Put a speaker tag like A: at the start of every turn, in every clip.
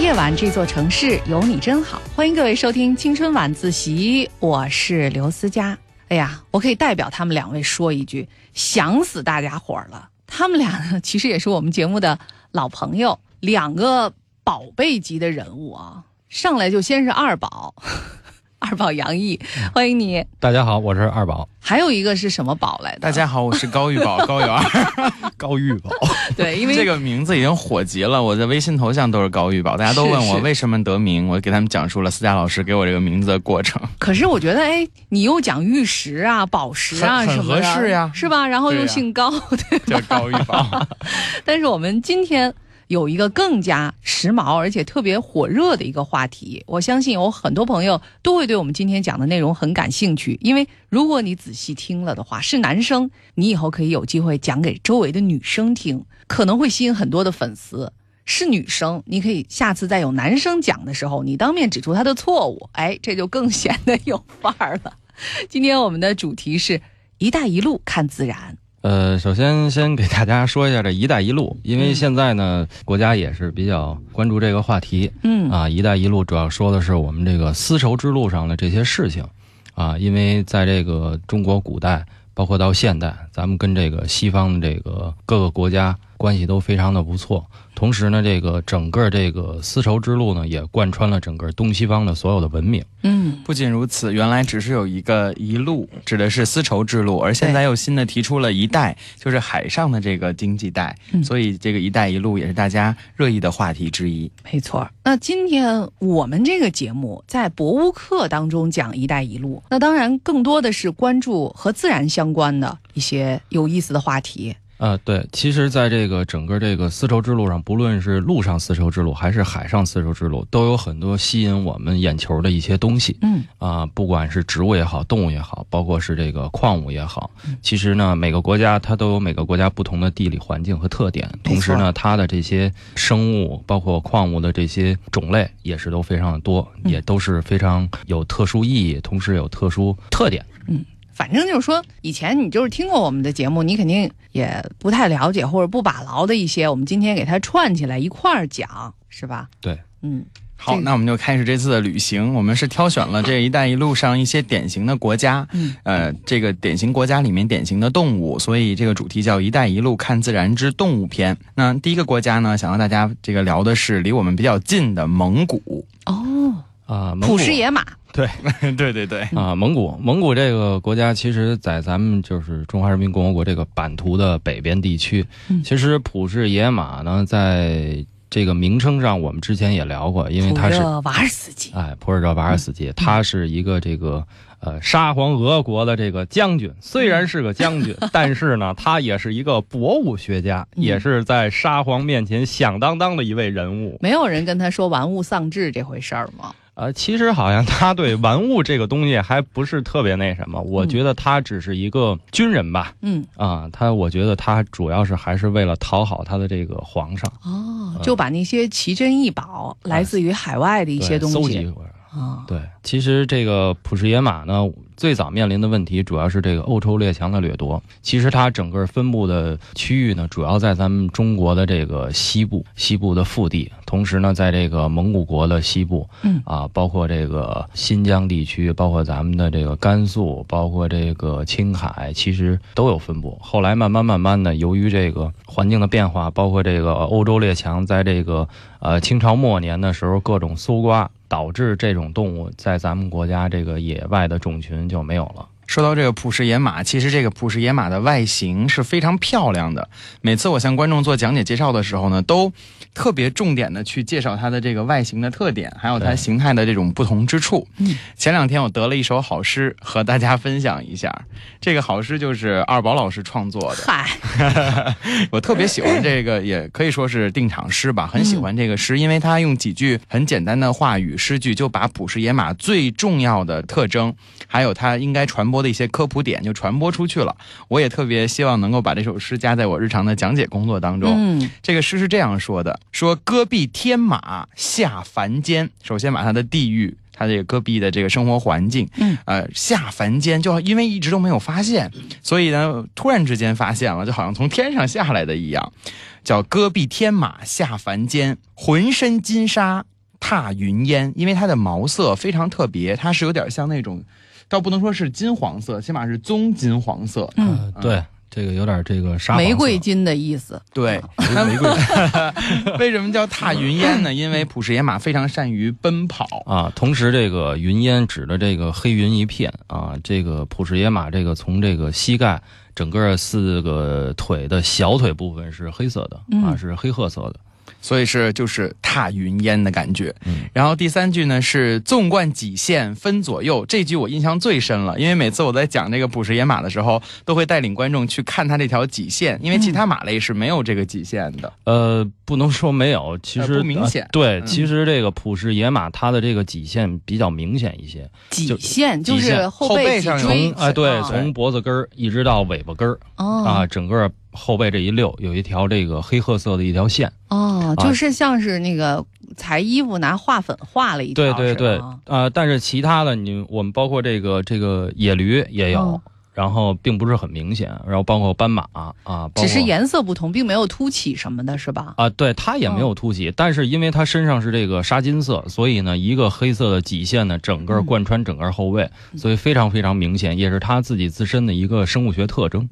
A: 夜晚这座城市有你真好，欢迎各位收听青春晚自习，我是刘思佳。哎呀，我可以代表他们两位说一句，想死大家伙儿了。他们俩呢，其实也是我们节目的老朋友，两个宝贝级的人物啊。上来就先是二宝， 二宝杨毅，欢迎你。
B: 大家好，我是二宝
A: 还有一个是什么宝来的？
C: 大家好，我是高玉宝 高玉二，
B: 高玉宝。
A: 对，因为
C: 这个名字已经火极了，我的微信头像都是高玉宝，大家都问
A: 是
C: 我
A: 是
C: 为什么得名，我给他们讲述了思佳老师给我这个名字的过程。
A: 可是我觉得，哎，你又讲玉石啊、宝石啊
C: 很很
A: 什么的，
C: 合适呀
A: 是吧？然后
C: 对
A: 又
C: 呀
A: 姓高，对
C: 叫高玉宝，
A: 但是我们今天有一个更加时髦而且特别火热的一个话题，我相信有很多朋友都会对我们今天讲的内容很感兴趣，因为如果你仔细听了的话，是男生，你以后可以有机会讲给周围的女生听，可能会吸引很多的粉丝。是女生，你可以下次再有男生讲的时候，你当面指出他的错误，哎，这就更显得有范儿了。今天我们的主题是“一带一路看自然
B: 呃，首先先给大家说一下这“一带一路”，因为现在呢，国家也是比较关注这个话题”，
A: 嗯
B: 啊。“一带一路”主要说的是我们这个丝绸之路上的这些事情啊，因为在这个中国古代，包括到现代，咱们跟这个西方的这个各个国家关系都非常的不错。同时呢，这个整个这个丝绸之路呢，也贯穿了整个东西方的所有的文明。
A: 嗯，
C: 不仅如此，原来只是有一个一路，指的是丝绸之路，而现在又新的提出了一带，就是海上的这个经济带，
A: 嗯
C: 所以这个一带一路也是大家热议的话题之一。
A: 没错儿。那今天我们这个节目在博物课当中讲“一带一路”，那当然更多的是关注和自然相关的一些有意思的话题。
B: 呃，对，其实，在这个整个这个丝绸之路上，不论是陆上丝绸之路还是海上丝绸之路，都有很多吸引我们眼球的一些东西
A: 嗯
B: 啊、不管是植物也好，动物也好，包括是这个矿物也好。
A: 嗯
B: 其实呢，每个国家它都有每个国家不同的地理环境和特点，
A: 没
B: 同时
A: 错
B: 呢，它的这些生物包括矿物的这些种类也是都非常的多，
A: 嗯
B: 也都是非常有特殊意义，同时有特殊特点。
A: 反正就是说，以前你就是听过我们的节目，你肯定也不太了解或者不把牢的一些，我们今天给它串起来一块儿讲，是吧？
B: 对，
A: 嗯，这
C: 好，
A: 个
C: 那我们就开始这次的旅行。我们是挑选了这“一带一路”上一些典型的国家，
A: 嗯，
C: 呃，这个典型国家里面典型的动物，所以这个主题叫“一带一路看自然之动物篇”。那第一个国家呢，想和大家这个聊的是离我们比较近的蒙古。
A: 哦，
B: 啊、蒙
A: 普
B: 古
A: 什野马，
C: 对对对，
A: 嗯
B: 啊，蒙古，蒙古这个国家，其实，在咱们就是中华人民共和国这个版图的北边地区
A: 嗯，
B: 其实普氏野马呢，在这个名称上，我们之前也聊过，因为
A: 普
B: 它是
A: 热嗯瓦尔斯基，
B: 哎，普尔热瓦尔斯基，他是一个这个呃沙皇俄国的这个将军，虽然是个将 军，但是呢，他也是一个博物学家，
A: 嗯
B: 也是在沙皇面前响当当的一位人物。
A: 没有人跟他说玩物丧志这回事儿吗？
B: 呃，其实好像他对玩物这个东西还不是特别那什么，我
A: 嗯
B: 觉得他只是一个军人吧，
A: 嗯，
B: 啊，他我觉得他主要是还是为了讨好他的这个皇上，
A: 哦，
B: 嗯
A: 就把那些奇珍异宝、来自于海外的一
B: 一
A: 些东
B: 哎搜
A: 西
B: 集。
A: 啊，
B: 对，其实这个普什野马呢，最早面临的问题主要是这个欧洲列强的掠夺。其实它整个分布的区域呢，主要在咱们中国的这个西部，西部的腹地，同时呢，在这个蒙古国的西部，
A: 嗯
B: 啊，包括这个新疆地区，包括咱们的这个甘肃，包括这个青海，其实都有分布。后来慢慢慢慢的，由于这个环境的变化，包括这个欧洲列强在这个呃清朝末年的时候各种搜刮，导致这种动物在咱们国家这个野外的种群就没有了。
C: 说到这个普氏野马，其实这个普氏野马的外形是非常漂亮的。每次我向观众做讲解介绍的时候呢，都特别重点的去介绍它的这个外形的特点，还有它
B: 对
C: 形态的这种不同之处
A: 嗯。
C: 前两天我得了一首好诗，和大家分享一下。这个好诗就是二宝老师创作的，
A: 嗨，
C: 我特别喜欢这个，也可以说是定场诗吧，很喜欢这个诗，因为他用几句很简单的话语诗句，就把普氏野马最重要的特征，还有它应该传播的一些科普点，就传播出去了。我也特别希望能够把这首诗加在我日常的讲解工作当中。
A: 嗯，
C: 这个诗是这样说的：说戈壁天马下凡间，首先把它的地域。它这个戈壁的这个生活环境，
A: 嗯，
C: 呃，下凡间就因为一直都没有发现，所以呢，突然之间发现了，就好像从天上下来的一样，叫戈壁天马下凡间，浑身金沙踏云烟，因为它的毛色非常特别，它是有点像那种，倒不能说是金黄色，起码是棕金黄色。
A: 嗯，
B: 呃对，这个有点这个沙
A: 玫瑰
B: 黄
A: 金的意思。
C: 对，
B: 色玫瑰
C: 为什么叫踏云烟呢？因为普氏野马非常善于奔跑。
B: 啊，同时这个云烟指的这个黑云一片啊，这个普氏野马这个从这个膝盖整个四个腿的小腿部分是黑色的、啊，
A: 嗯
B: 是黑褐色的。
C: 所以是就是踏云烟的感觉。
B: 嗯
C: 然后第三句呢是纵贯几线分左右，这句我印象最深了，因为每次我在讲这个捕食野马的时候，都会带领观众去看它这条几线，因为其他马类是没有这个几线的。
B: 呃，不能说没有，其
C: 呃
B: 实、
C: 不明
B: 呃
C: 显
B: 对，
C: 嗯
B: 其实这个普氏野马它的这个脊线比较明显一些，
A: 脊线就
B: 极
A: 是
B: 限
A: 后
C: 后背
A: 背脊
C: 上有
A: 椎
B: 从，哎对，
A: 哦
B: 从脖子根儿一直到尾巴根儿、啊，
A: 哦
B: 整个后背这一溜有一条这个黑褐色的一条线。
A: 哦，
B: 啊
A: 就是像是那个裁衣服拿画粉画了一条
B: 对
A: 是吧，
B: 对对，呃，但是其他的你我们包括这个这个野驴也有，
A: 嗯
B: 然后并不是很明显，然后包括斑马啊，包括
A: 只是颜色不同，并没有凸起什么的，是吧？
B: 啊，对，它也
A: 嗯
B: 没有凸起，但是因为它身上是这个沙金色，所以呢，一个黑色的脊线呢，整个
A: 嗯
B: 贯穿整个后背，
A: 嗯
B: 所以非常非常明显，也是它自己自身的一个生物学特征。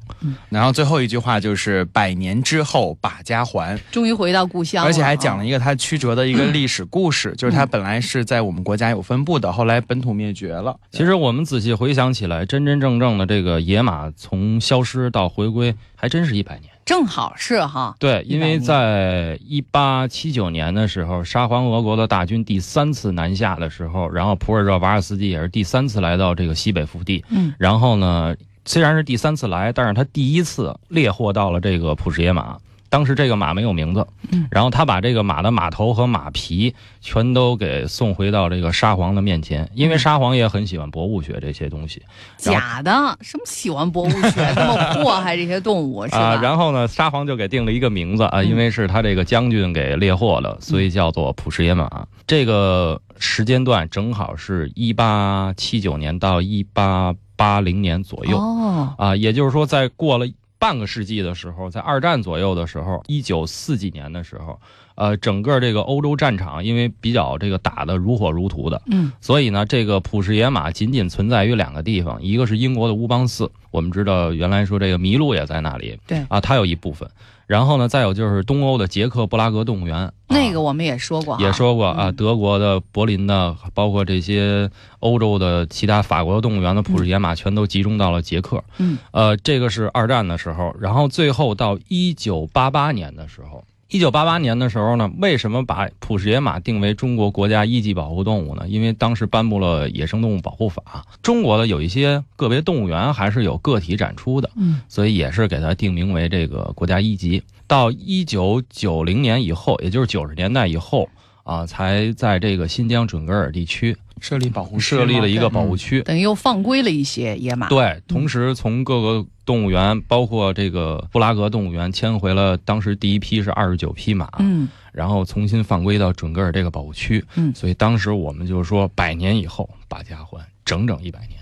C: 然后最后一句话就是“百年之后把家还
A: 终于回到故”，乡了，啊嗯
C: 而且还讲了
A: 一
C: 一个它曲折的一个历史故事，就是它本来是在我们国家有分布的，后来本土灭绝了。
B: 其实我们仔细回想起来，真真正正的这个野马从消失到回归，还真是一百年。
A: 正好是哈，
B: 对，
A: 100
B: 因为
A: 年
B: 在一八七九年的时候，沙皇俄国的大军第三次南下的时候，然后普尔热瓦尔斯基也是第三次来到这个西北腹地。
A: 嗯，
B: 然后呢，虽然是第三次来，但是他第一次猎获到了这个普什野马。当时这个马没有名字
A: 嗯，
B: 然后他把这个马的马头和马皮全都给送回到这个沙皇的面前，因为
A: 嗯
B: 沙皇也很喜欢博物学这些东西。然后
A: 假的，什么喜欢博物学，那么祸害这些动物是
B: 啊，
A: 吧？嗯
B: 然后呢，沙皇就给定了一个名字啊，因为是他这个将军给猎获的，所以叫做普什野马。这个时间段正好是一八七九年到一八八零年左右、
A: 哦，
B: 啊，也就是说，在过了半个世纪的时候，在二战左右的时候，一九四几年的时候，呃，整个这个欧洲战场因为比较这个打得如火如荼的，
A: 嗯，
B: 所以呢，这个普氏野马仅仅存在于两个地方，一个是英国的乌邦寺，我们知道原来说这个麋鹿也在那里，
A: 对
B: 啊，它有一部分。然后呢，再有就是东欧的捷克布拉格动物园，啊
A: 那个我们也说过哈，
B: 也说过啊，
A: 嗯
B: 德国的柏林的，包括这些欧洲的其他法国的动物园的普氏野马，全都集中到了捷克。
A: 嗯，
B: 呃，这个是二战的时候，然后最后到一九八八年的时候。一九八八年的时候呢，为什么把普氏野马定为中国国家一级保护动物呢？因为当时颁布了《野生动物保护法》，中国的有一些个别动物园还是有个体展出的，
A: 嗯，
B: 所以也是给它定名为这个国家一级。到一九九零年以后，也就是九十年代以后啊，才在这个新疆准格尔地区
C: 设立保护区
B: 设立了一个保
C: 吗
B: 护区。
A: 等于又放归了一些野马，
B: 对，同时从各个动物园，包括这个布拉格动物园，迁回了当时第一批是二十九匹马，
A: 嗯，
B: 然后重新放归到准格尔这个保护区。
A: 嗯
B: 所以当时我们就说，百年以后把家还，整整一百年。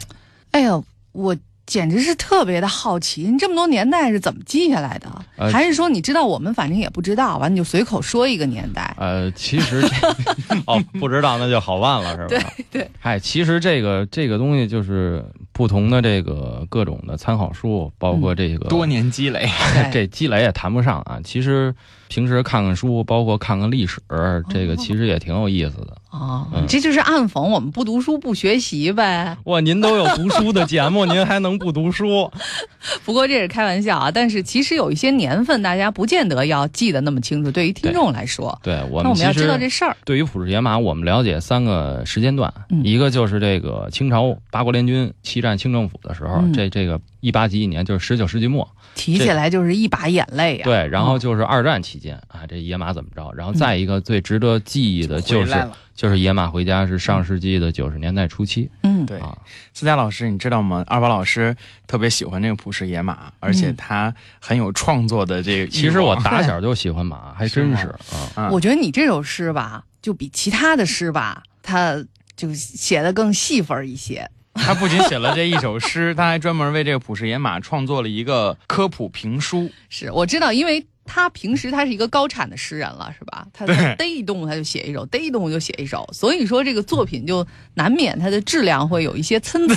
A: 哎呦，我简直是特别的好奇，你这么多年代是怎么记下来的？
B: 呃
A: 还是说你知道我们反正也不知道，完啊你就随口说一个年 代？
B: 呃，其实这 哦，不知道那就好办了，是吧？
A: 对对。
B: 嗨，其实这个这个东西就是不同的这个各种的参考书，包括这个、
C: 多年积累。
A: 对
B: 这积累也谈不上啊。其实平时看看书，包括看看历史，这个其实也挺有意思的。
A: 哦，
B: 嗯
A: 你这就是暗讽我们不读书不学习呗。
B: 哇，您都有读书的 节目，您还能不读书？
A: 不过这是开玩笑啊，但是其实有一些年份大家不见得要记得那么清楚，对于听众来说，
B: 对我
A: 那
B: 们
A: 我们
B: 其
A: 要知道
B: 实
A: 这事儿。
B: 对于普氏野马，我们了解三个时间段，
A: 嗯
B: 一个就是这个清朝八国联军欺占清政府的时候，
A: 嗯
B: 这这个一八几几年就是十九世纪末，
A: 提起来就是一把眼泪呀、
B: 对，然后
A: 嗯
B: 就是二战期间啊，这野马怎么着？然后再一个最值得记忆的就
C: 回来
B: 是
C: 了
B: 就是野马回家是上世纪的九十年代初期
A: 嗯，
C: 对，
B: 啊，
C: 思佳老师，你知道吗？二宝老师特别喜欢这个普氏野马，而且
A: 嗯
C: 他很有创作的这个欲望。
B: 其实我打小就喜欢 马，还真嗯是啊。
C: 嗯
A: 我觉得你这首诗吧，就比其他的诗吧，它就写的更细分儿一些。
C: 他不仅写了这一首诗，他还专门为这个普氏野马创作了一个科普评书。
A: 是我知道，因为他平时他是一个高产的诗人了，是吧？他他逮一动他就写一首，逮一动就写一首，所以说这个作品就难免它的质量会有一些参 差。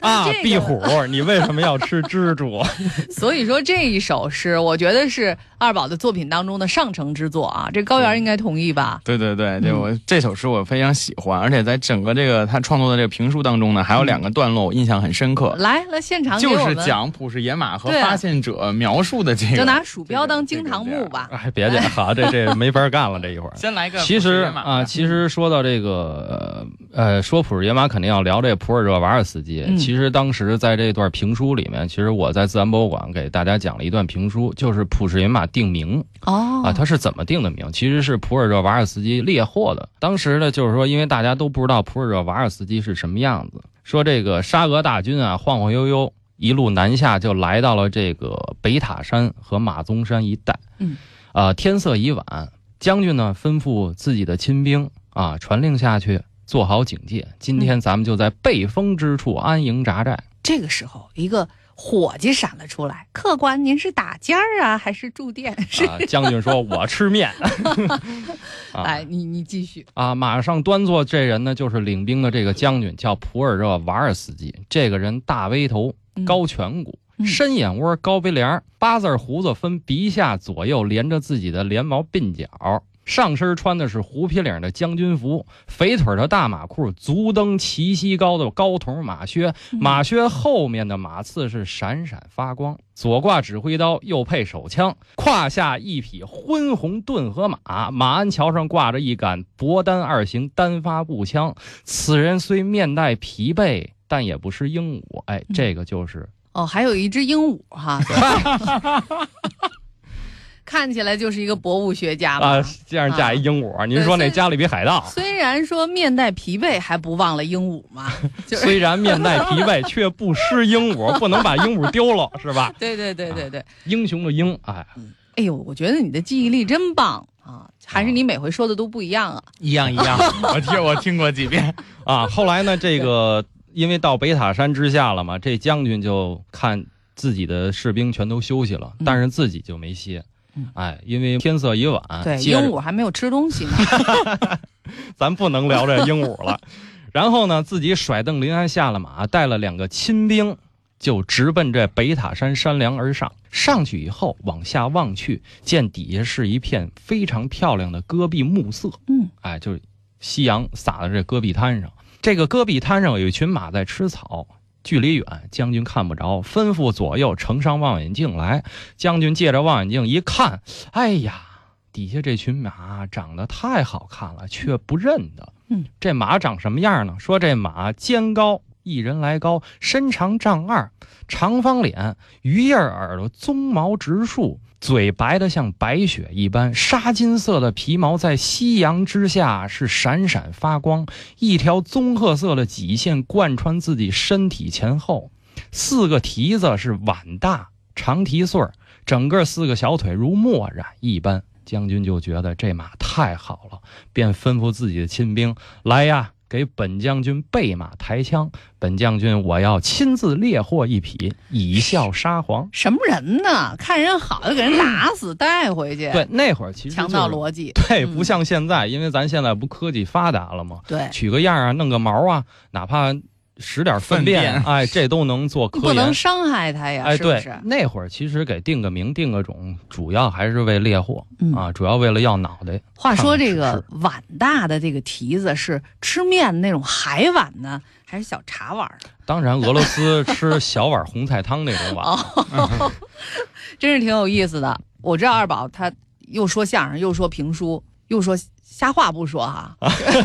A: 但
B: 啊
A: 是这个，
B: 壁虎，你为什么要吃蜘蛛？
A: 所以说这一首是我觉得是二宝的作品当中的上乘之作啊，这高
C: 嗯
A: 原应该同意吧？
C: 对对对，对
A: 嗯
C: 我这首诗我非常喜欢，而且在整个这个他创作的这个评书当中呢，还有两个段落我印象很深刻，
A: 来，来现场给
C: 就
A: 我
C: 是
A: 们，
C: 讲普氏野马和
A: 对啊
C: 发现者描述的这个。
A: 就拿鼠标当
C: 这个
A: 惊堂
C: 这个
A: 木吧。
B: 哎，别介，好，这这没法干了，这一会儿。
C: 先来个
B: 其实
C: 普氏野马嗯
B: 啊，其实说到这个呃呃，说普尔野马肯定要聊这普尔热瓦尔斯基。
A: 嗯
B: 其实当时在这段评书里面，其实我在自然博物馆给大家讲了一段评书，就是普氏野马定名
A: 哦
B: 啊，他是怎么定的名？其实是普尔热瓦尔斯基猎获的。当时呢，就是说，因为大家都不知道普尔热瓦尔斯基是什么样子，说这个沙俄大军啊，晃晃悠悠一路南下，就来到了这个北塔山和马鬃山一带。
A: 嗯，
B: 啊，天色已晚，将军呢吩咐自己的亲兵啊，传令下去，做好警戒。今
A: 嗯
B: 天咱们就在背风之处安营扎寨。
A: 这个时候一个伙计闪了出来，客官，您是打尖儿啊，还是住店？是，
B: 啊，将军说：“我 吃面。啊”
A: 来，哎你你继续，
B: 啊，马上端坐这人呢，就是领兵的这个将军，叫普尔热瓦尔斯基。这个人大背头、
A: 嗯
B: 高颧骨、
A: 嗯
B: 深眼窝、高鼻梁，八字儿胡子分鼻下左右连着自己的连毛鬓角。上身穿的是狐皮领的将军服，肥腿的大马裤，足蹬齐膝高的高筒马靴，
A: 嗯
B: 马靴后面的马刺是闪闪发光，左挂指挥刀，右配手枪，胯下一匹昏红顿河马，马鞍桥上挂着一杆博丹二型单发步枪。此人虽面带疲惫，但也不是鹦鹉。哎，
A: 嗯
B: 这个就是
A: 哦，还有一只鹦鹉 哈，看起来就是一个博物学家吧。
B: 啊，这样架一鹦
A: 啊
B: 鹉，您说那
A: 对所以
B: 家里比海盗。
A: 虽然说面带疲惫，还不忘了鹦鹉 嘛，就是
B: 虽然面带疲惫，却不失鹦鹉，不能把鹦鹉丢了，是吧？
A: 对对对对对，
B: 英雄的英，哎，
A: 哎呦，我觉得你的记忆力真棒啊！还是你每回说的都不一样啊？
C: 一样 一样，我听我听过几遍，
B: 啊，后来呢，这个因为到北塔山之下了嘛，这将军就看自己的士兵全都休息了，
A: 嗯
B: 但是自己就没歇。
A: 嗯
B: 哎，因为天色已晚，
A: 对，
B: 啊接
A: 鹦
B: 着
A: 鹉还没有吃东 西呢。
B: 咱不能聊这鹦鹉了。然后呢，自己甩蹬临安下了马，带了两个亲兵，就直奔这北塔山山梁而上。上去以后，往下望去，见底下是一片非常漂亮的戈壁暮色。
A: 嗯，
B: 哎，就是夕阳洒在这戈壁滩上。这个戈壁滩上有一群马在吃草，距离远，将军看不着，吩咐左右呈上望远镜来。将军借着望远镜一看，哎呀，底下这群马长得太好看了，却不认得。
A: 嗯，
B: 这马长什么样呢？说这马肩高一人来高，身长丈二，长方脸，鱼叶耳朵，鬃毛直竖，嘴白的像白雪一般，沙金色的皮毛在夕阳之下是闪闪发光，一条棕褐色的脊线贯穿自己身体前后，四个蹄子是碗大长蹄穗儿，整个四个小腿如墨染一般。将军就觉得这马太好了，便吩咐自己的亲兵来呀，给本将军备马抬枪。本将军，我要亲自猎获一匹，以效沙皇。
A: 什么人呢？看人好就给人打死带回去，
B: 对，那会儿其实
A: 强
B: 就
A: 盗
B: 是
A: 逻辑。
B: 对，
A: 嗯
B: 不像现在，因为咱现在不科技发达了吗？
A: 对，
B: 取个样啊，弄个毛啊，哪怕使点粪便，
C: 粪便
B: 哎，这都能做科
A: 不能
B: 研。
A: 伤害他呀，
B: 哎，
A: 是不
B: 对
A: 是，？
B: 那会儿其实给定个名、定个种，主要还是为猎获、
A: 嗯
B: 啊，主要为了要脑袋。
A: 话说这
B: 是
A: 个
B: 是
A: 碗大的这个蹄子是吃面那种海碗呢，还是小茶碗儿？
B: 当然，俄罗斯吃小碗红菜汤那种 碗，
A: 哦真是挺有意思的。我知道二宝他又说相声，又说评书，又说瞎话不说哈，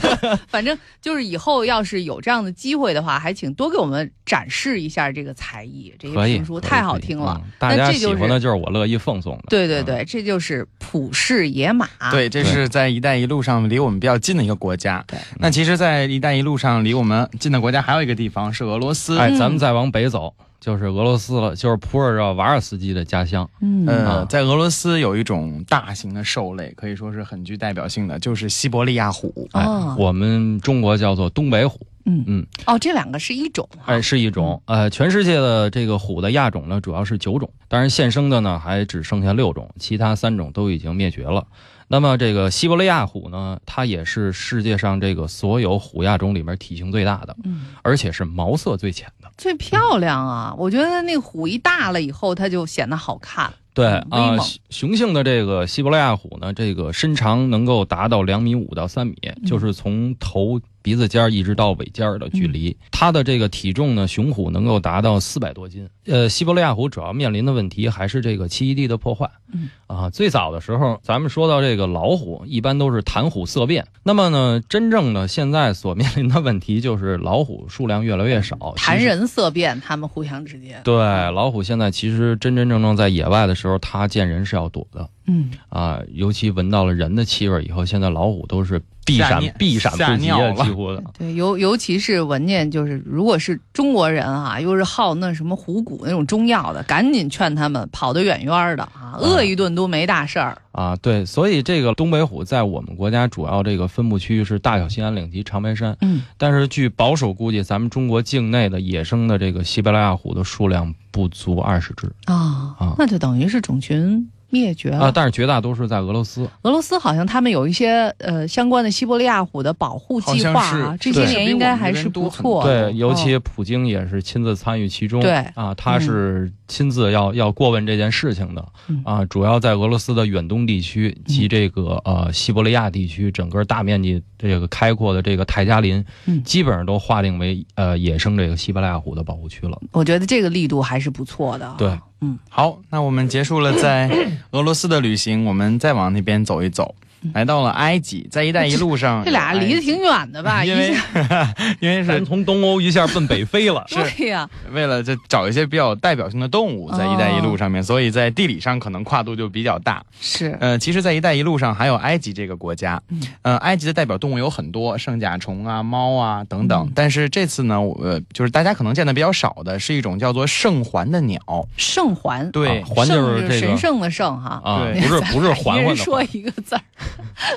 A: 反正就是以后要是有这样的机会的话，还请多给我们展示一下这个才艺，这个
B: 可以，
A: 评书
B: 可以
A: 太好听了。。
B: 可以嗯大家
A: 那这
B: 喜
A: 就是
B: 欢的就是我乐意奉送的。
A: 对对
B: 嗯，
A: 对，这就是普氏野马。，
C: 对，这是在“一带一路”上离我们比较近的一个国家。
A: 对
C: 那其实，在“一带一路”上离我们近的国家还有一个地方是俄罗斯。
B: 哎，
A: 嗯
B: 咱们再往北走就是俄罗斯了，就是普尔热瓦尔斯基的家乡。
A: 嗯，
C: 呃，
B: 啊
C: 在俄罗斯有一种大型的兽类，可以说是很具代表性的，就是西伯利亚虎。
B: 哎
A: 哦，
B: 我们中国叫做东北虎
A: 嗯
B: 嗯，
A: 哦，这两个是一种啊
B: 哎，是一种。呃，全世界的这个虎的亚种呢，主要是九种，当然现生的呢还只剩下六种，其他三种都已经灭绝了。那么这个西伯利亚虎呢，它也是世界上这个所有虎亚种里面体型最大的，
A: 嗯，
B: 而且是毛色最浅的。
A: 最漂亮啊！我觉得那虎一大了以后，它就显得好看。
B: 对
A: 嗯
B: 啊、
A: 威猛
B: 雄雄性的这个西伯利亚虎呢，这个身长能够达到两米五到三米，
A: 嗯
B: 就是从头鼻子尖儿一直到尾尖儿的距离。
A: 嗯
B: 它的这个体重呢，雄虎能够达到四百多斤。呃，西伯利亚虎主要面临的问题还是这个栖息地的破坏。
A: 嗯
B: 啊，最早的时候，咱们说到这个老虎，一般都是谈虎色变。那么呢，真正的现在所面临的问题就是老虎数量越来越少，
A: 谈
B: 其实
A: 人色变，它们互相之间，
B: 对，老虎现在其实真真正正在野外的时候，它见人是要躲的
A: 嗯，
B: 啊，尤其闻到了人的气味以后，现在老虎都是避
C: 吓
B: 闪
C: 尿
B: 避闪
C: 吓
B: 不及
C: 尿
B: 啊，
C: 了
B: 几乎的。
A: 对，尤尤其是文念，就是如果是中国人啊，又是好那什么虎骨那种中药的，赶紧劝他们跑得远远的啊，饿一顿都没大事儿。
B: 啊，对，所以这个东北虎在我们国家主要这个分布区域是大小兴安岭及长白山，
A: 嗯，
B: 但是据保守估计，咱们中国境内的野生的这个西伯利亚虎的数量不足二十只
A: 啊、
B: 啊
A: 那就等于是种群灭绝了。
B: 啊，但是绝大多数在俄罗斯。
A: 俄罗斯好像他们有一些呃相关的西伯利亚虎的保护计划
C: 好像
A: 啊
C: 是，
A: 这些
B: 对
A: 年应该还是不错的。
B: 对，尤
A: 哦
B: 其普京也是亲自参与其中，
A: 对
B: 啊，他是亲自要、要过问这件事情的
A: 嗯，
B: 啊，主要在俄罗斯的远东地区及这个、呃西伯利亚地区，整个大面积这个开阔的这个泰加林，
A: 嗯
B: 基本上都划定为呃野生这个西伯利亚虎的保护区了。
A: 我觉得这个力度还是不错的。
B: 对，
A: 嗯，
C: 好，那我们结束了在俄罗斯的旅行，我们再往那边走一走，来到了埃及，在“一带一路”
B: 啊
C: 上，
A: 嗯这俩
B: 哎
A: 离得挺远的 吧？
C: 因为
A: 一下。
C: 因为
B: 咱
C: 是
B: 从东欧一下奔北非了
A: 对呀、
C: 为了这找一些比较代表性的动物，在“一带一
A: 哦
C: 路”上面，所以在地理上可能跨度就比较大。
A: 是
C: 呃，其实，在“一带一路”上还有埃及这个国家
A: 嗯，
C: 呃，埃及的代表动物有很多，圣甲虫啊、猫啊等等
A: 嗯。
C: 但是这次呢，我呃，就是大家可能见的比较少的是一种叫做圣环的鸟，
A: 圣环，
C: 对
B: 啊，环就
A: 圣
B: 是这个
A: 神圣的圣哈。
B: 啊，
C: 对
B: 不是不是
A: 一
B: 环
A: 人
B: 环的
A: 说
B: 环，
A: 一个字儿，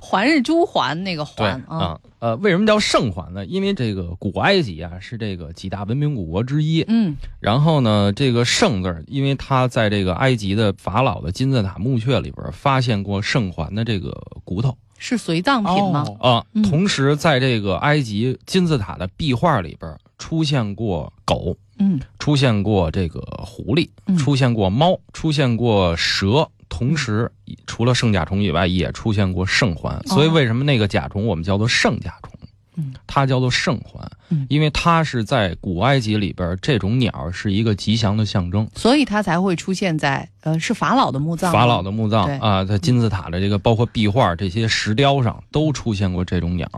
A: 环是朱环那个
B: 对
A: 环啊，
B: 啊，呃，为什么叫圣环呢？因为这个古埃及啊是这个几大文明古国之一，
A: 嗯
B: 然后呢，这个圣字儿，因为他在这个埃及的法老的金字塔墓穴里边儿发现过圣环的这个骨头
A: 是随葬品吗？
C: 哦
B: 啊
A: 嗯，
B: 同时在这个埃及金字塔的壁画里边儿出现过狗，
A: 嗯，
B: 出现过这个狐狸，
A: 嗯
B: 出现过猫，出现过蛇。同时，除了圣甲虫以外，也出现过圣环。所以，为什么那个甲虫我们叫做圣甲虫
A: 哦嗯？
B: 它叫做圣环
A: 嗯，
B: 因为它是在古埃及里边儿，这种鸟是一个吉祥的象征。
A: 所以它才会出现在呃是法老的墓葬吗，
B: 法老的墓葬
A: 对
B: 啊，在金字塔的这个包括壁画这些石雕上
A: 嗯
B: 都出现过这种鸟。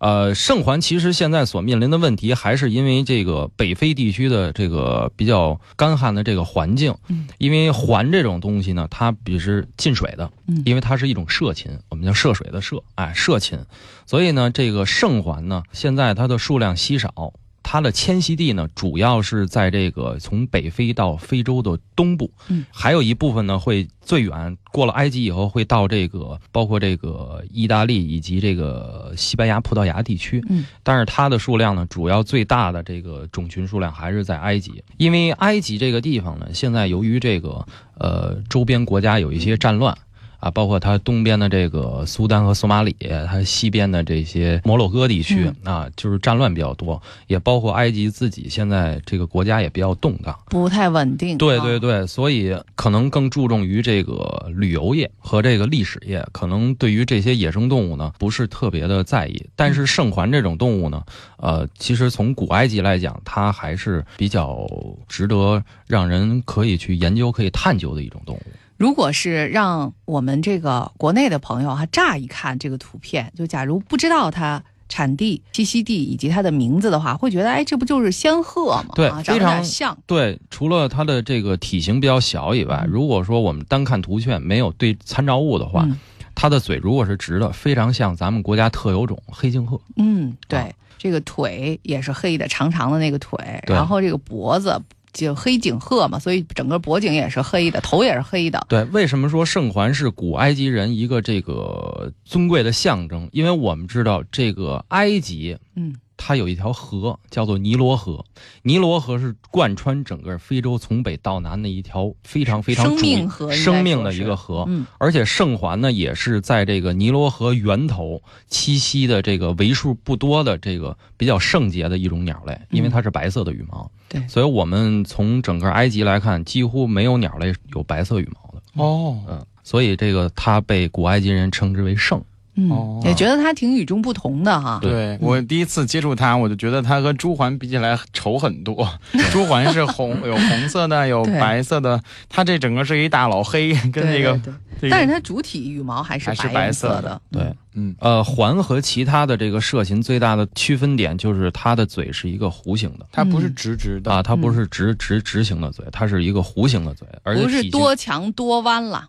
B: 呃，圣环其实现在所面临的问题，还是因为这个北非地区的这个比较干旱的这个环境。
A: 嗯
B: 因为环这种东西呢，它比是进水的，
A: 嗯
B: 因为它是一种涉禽，我们叫涉水的涉，哎，涉禽。所以呢，这个圣环呢，现在它的数量稀少，它的迁徙地呢，主要是在这个从北非到非洲的东部，
A: 嗯
B: 还有一部分呢会最远过了埃及以后，会到这个包括这个意大利以及这个西班牙、葡萄牙地区。
A: 嗯，
B: 但是它的数量呢，主要最大的这个种群数量还是在埃及，因为埃及这个地方呢，现在由于这个呃周边国家有一些战乱。啊，包括它东边的这个苏丹和索马里，它西边的这些摩洛哥地区、啊，就是战乱比较多，也包括埃及自己现在这个国家也比较动荡。
A: 不太稳定。
B: 对
A: 啊
B: 对，对，所以可能更注重于这个旅游业和这个历史业，可能对于这些野生动物呢不是特别的在意。但是圣环这种动物呢，呃，其实从古埃及来讲，它还是比较值得让人可以去研究、可以探究的一种动物。
A: 如果是让我们这个国内的朋友哈，乍一看这个图片，就假如不知道它产地、栖息地以及它的名字的话，会觉得哎，这不就是仙鹤吗？
B: 对
A: 啊、长得
B: 非
A: 有点
B: 常
A: 像。
B: 对，除了它的这个体型比较小以外，
A: 嗯
B: 如果说我们单看图片没有对参照物的话，
A: 嗯
B: 它的嘴如果是直的，非常像咱们国家特有种黑颈鹤。
A: 嗯，对，
B: 啊
A: 这个腿也是黑的，长长的那个腿，
B: 对
A: 然后这个脖子就黑颈鹤嘛，所以整个脖颈也是黑的，头也是黑的。
B: 对，为什么说圣环是古埃及人一个这个尊贵的象征？因为我们知道这个埃及
A: 嗯
B: 它有一条河叫做尼罗河，尼罗河是贯穿整个非洲从北到南的一条非常非常
A: 生
B: 主
A: 命河应该
B: 生命的
A: 说
B: 一
A: 是
B: 个河。
A: 嗯，
B: 而且圣环呢，也是在这个尼罗河源头栖息的这个为数不多的这个比较圣洁的一种鸟类，因为它是白色的羽毛。
A: 嗯对
B: 所以我们从整个埃及来看，几乎没有鸟类有白色羽毛的。
C: 哦，
B: 嗯，所以这个它被古埃及人称之为圣。
A: 嗯
C: 哦，
A: 也觉得它挺与众不同的哈。
C: 对我第一次接触它，我就觉得它和朱鹮比起来丑 很多。朱鹮是红，有红色的，有
A: 对
C: 白色的，它这整个是一大老黑，跟
A: 对
C: 那个，
A: 对对
C: 这个
A: 但是它主体羽毛还是
C: 还是
A: 白
C: 白
A: 颜
C: 色
A: 色
C: 的
A: 的，
B: 对，
C: 嗯，
B: 呃，环和其他的这个涉禽最大的区分点就是它的嘴是一个弧形的。
C: 它不是
A: 嗯
C: 直直的，
B: 啊，它不是直直直形的嘴，它是一个弧形的嘴，而且
A: 不
B: 体
A: 是
B: 积
A: 多强多弯了。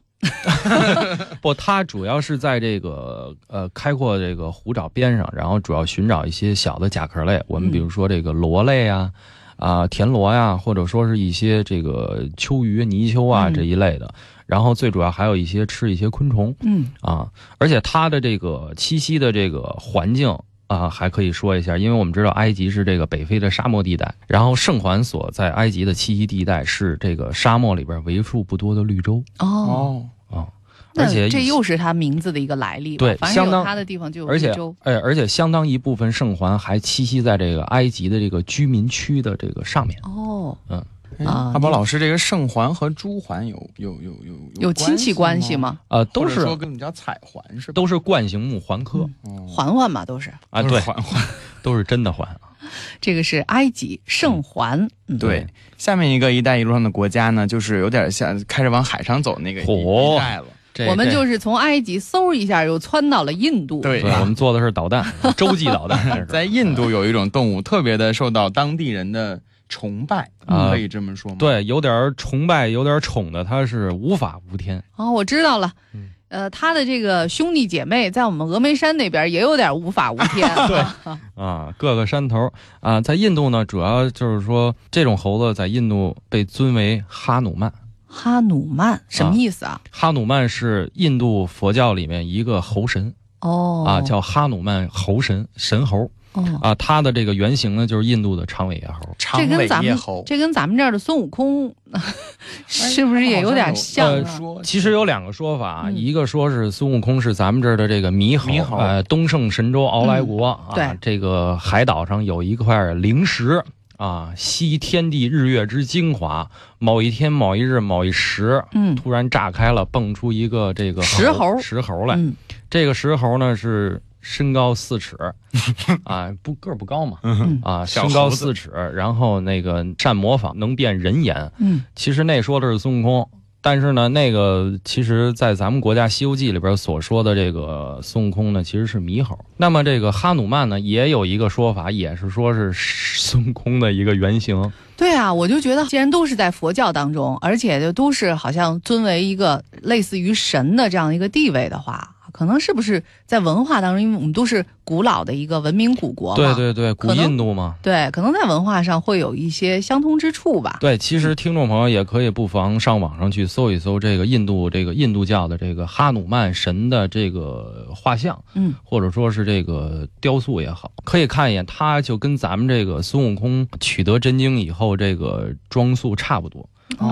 B: 不，它主要是在这个呃开阔这个湖沼边上，然后主要寻找一些小的甲壳类，我
A: 嗯
B: 们比如说这个螺类啊。啊，田螺呀，或者说是一些这个秋鱼、泥鳅啊
A: 嗯
B: 这一类的，然后最主要还有一些吃一些昆虫
A: 嗯，
B: 啊，而且它的这个栖息的这个环境啊，还可以说一下，因为我们知道埃及是这个北非的沙漠地带，然后圣环所在埃及的栖息地带是这个沙漠里边为数不多的绿洲
A: 哦，
C: 哦，
B: 啊，
A: 那
B: 而且
A: 这
B: 一
A: 又是它名字的一个来历吧。
B: 对
A: 凡是
B: 相
A: 有
B: 当
A: 它的地方就有
B: 而且
A: 绿洲，
B: 哎，而且相当一部分圣环还栖息在这个埃及的这个居民区的这个上面。
A: 哦，
C: 哎
A: 啊
C: 阿宝老师，这个圣环和朱环有有有有
A: 有亲戚关系
C: 吗？
A: 吗？
B: 呃，都
C: 或者
B: 是
C: 说跟我们叫彩环是吧？
B: 都是冠形目环科、
A: 嗯
C: 哦
A: 环环嘛，都是。
B: 啊，
C: 都
B: 对
C: 是，环环。
B: 都是真的环。啊
A: 这个是埃及圣环，嗯，
C: 对，下面一个“一带一路”上的国家呢，就是有点像开始往海上走那个一
B: 嚯
C: 一带了。
B: 这
A: 我们
B: 这
A: 就是从埃及嗖一下又窜到了印度，
C: 对
B: 对，我们做的是导 弹，洲际导弹。这是
C: 在印度有一种动物特别的受到当地人的崇拜，
B: 啊
C: 可以这么说吗？，
B: 对，有点儿崇拜，有点儿宠的，它是无法无天。
A: 哦，我知道了
B: 嗯。
A: 呃，他的这个兄弟姐妹在我们峨眉山那边也有点无法无天，对，
B: 啊，各个山头啊，在印度呢，主要就是说这种猴子在印度被尊为哈努曼。
A: 哈努曼什么意思啊？
B: 哈努曼是印度佛教里面一个猴神，
A: 哦，
B: 啊，叫哈努曼猴神神猴
A: 哦，
B: 啊，它的这个原型呢就是印度的长尾野猴。
A: 这
C: 长
A: 跟
C: 尾
A: 咱
C: 叶
A: 们
C: 猴
A: 这跟咱们这儿的孙悟空 是不是也有点像
C: 哎他们好
A: 啊？
C: 像有说
B: 其实有两个说法，啊
A: 嗯
B: 一个说是孙悟空是咱们这儿的这个猕猴，
C: 猕猴
B: 呃，东胜神州傲来国、啊
A: 对，
B: 这个海岛上有一块灵石啊，吸天地日月之精华，某一天某一日某一时。
A: 嗯
B: 突然炸开了，蹦出一个这个
A: 石猴
B: 石猴来。
A: 嗯
B: 这个石猴呢是身高 四尺，啊，不个儿不高嘛，
A: 嗯
B: 啊，
C: 小
B: 身高
C: 猴子
B: 四尺，然后那个善模仿，能变人言。
A: 嗯，
B: 其实那说的是孙悟空，但是呢，那个其实，在咱们国家《西游记》里边所说的这个孙悟空呢，其实是猕猴。那么这个哈努曼呢，也有一个说法，也是说是孙悟空的一个原型。
A: 对啊，我就觉得既然都是在佛教当中，而且就都是好像尊为一个类似于神的这样一个地位的话，可能是不是在文化当中，因为我们都是古老的一个文明古国
B: 对
A: 嘛，
B: 对对，古
A: 可能
B: 印度嘛。
A: 对可能在文化上会有一些相通之处吧。
B: 对，其实听众朋友也可以不妨上网上去搜一搜这个印度这个印度教的这个哈努曼神的这个画像，
A: 嗯，
B: 或者说是这个雕塑也好，可以看一眼，它就跟咱们这个孙悟空取得真经以后这个装束差不多，啊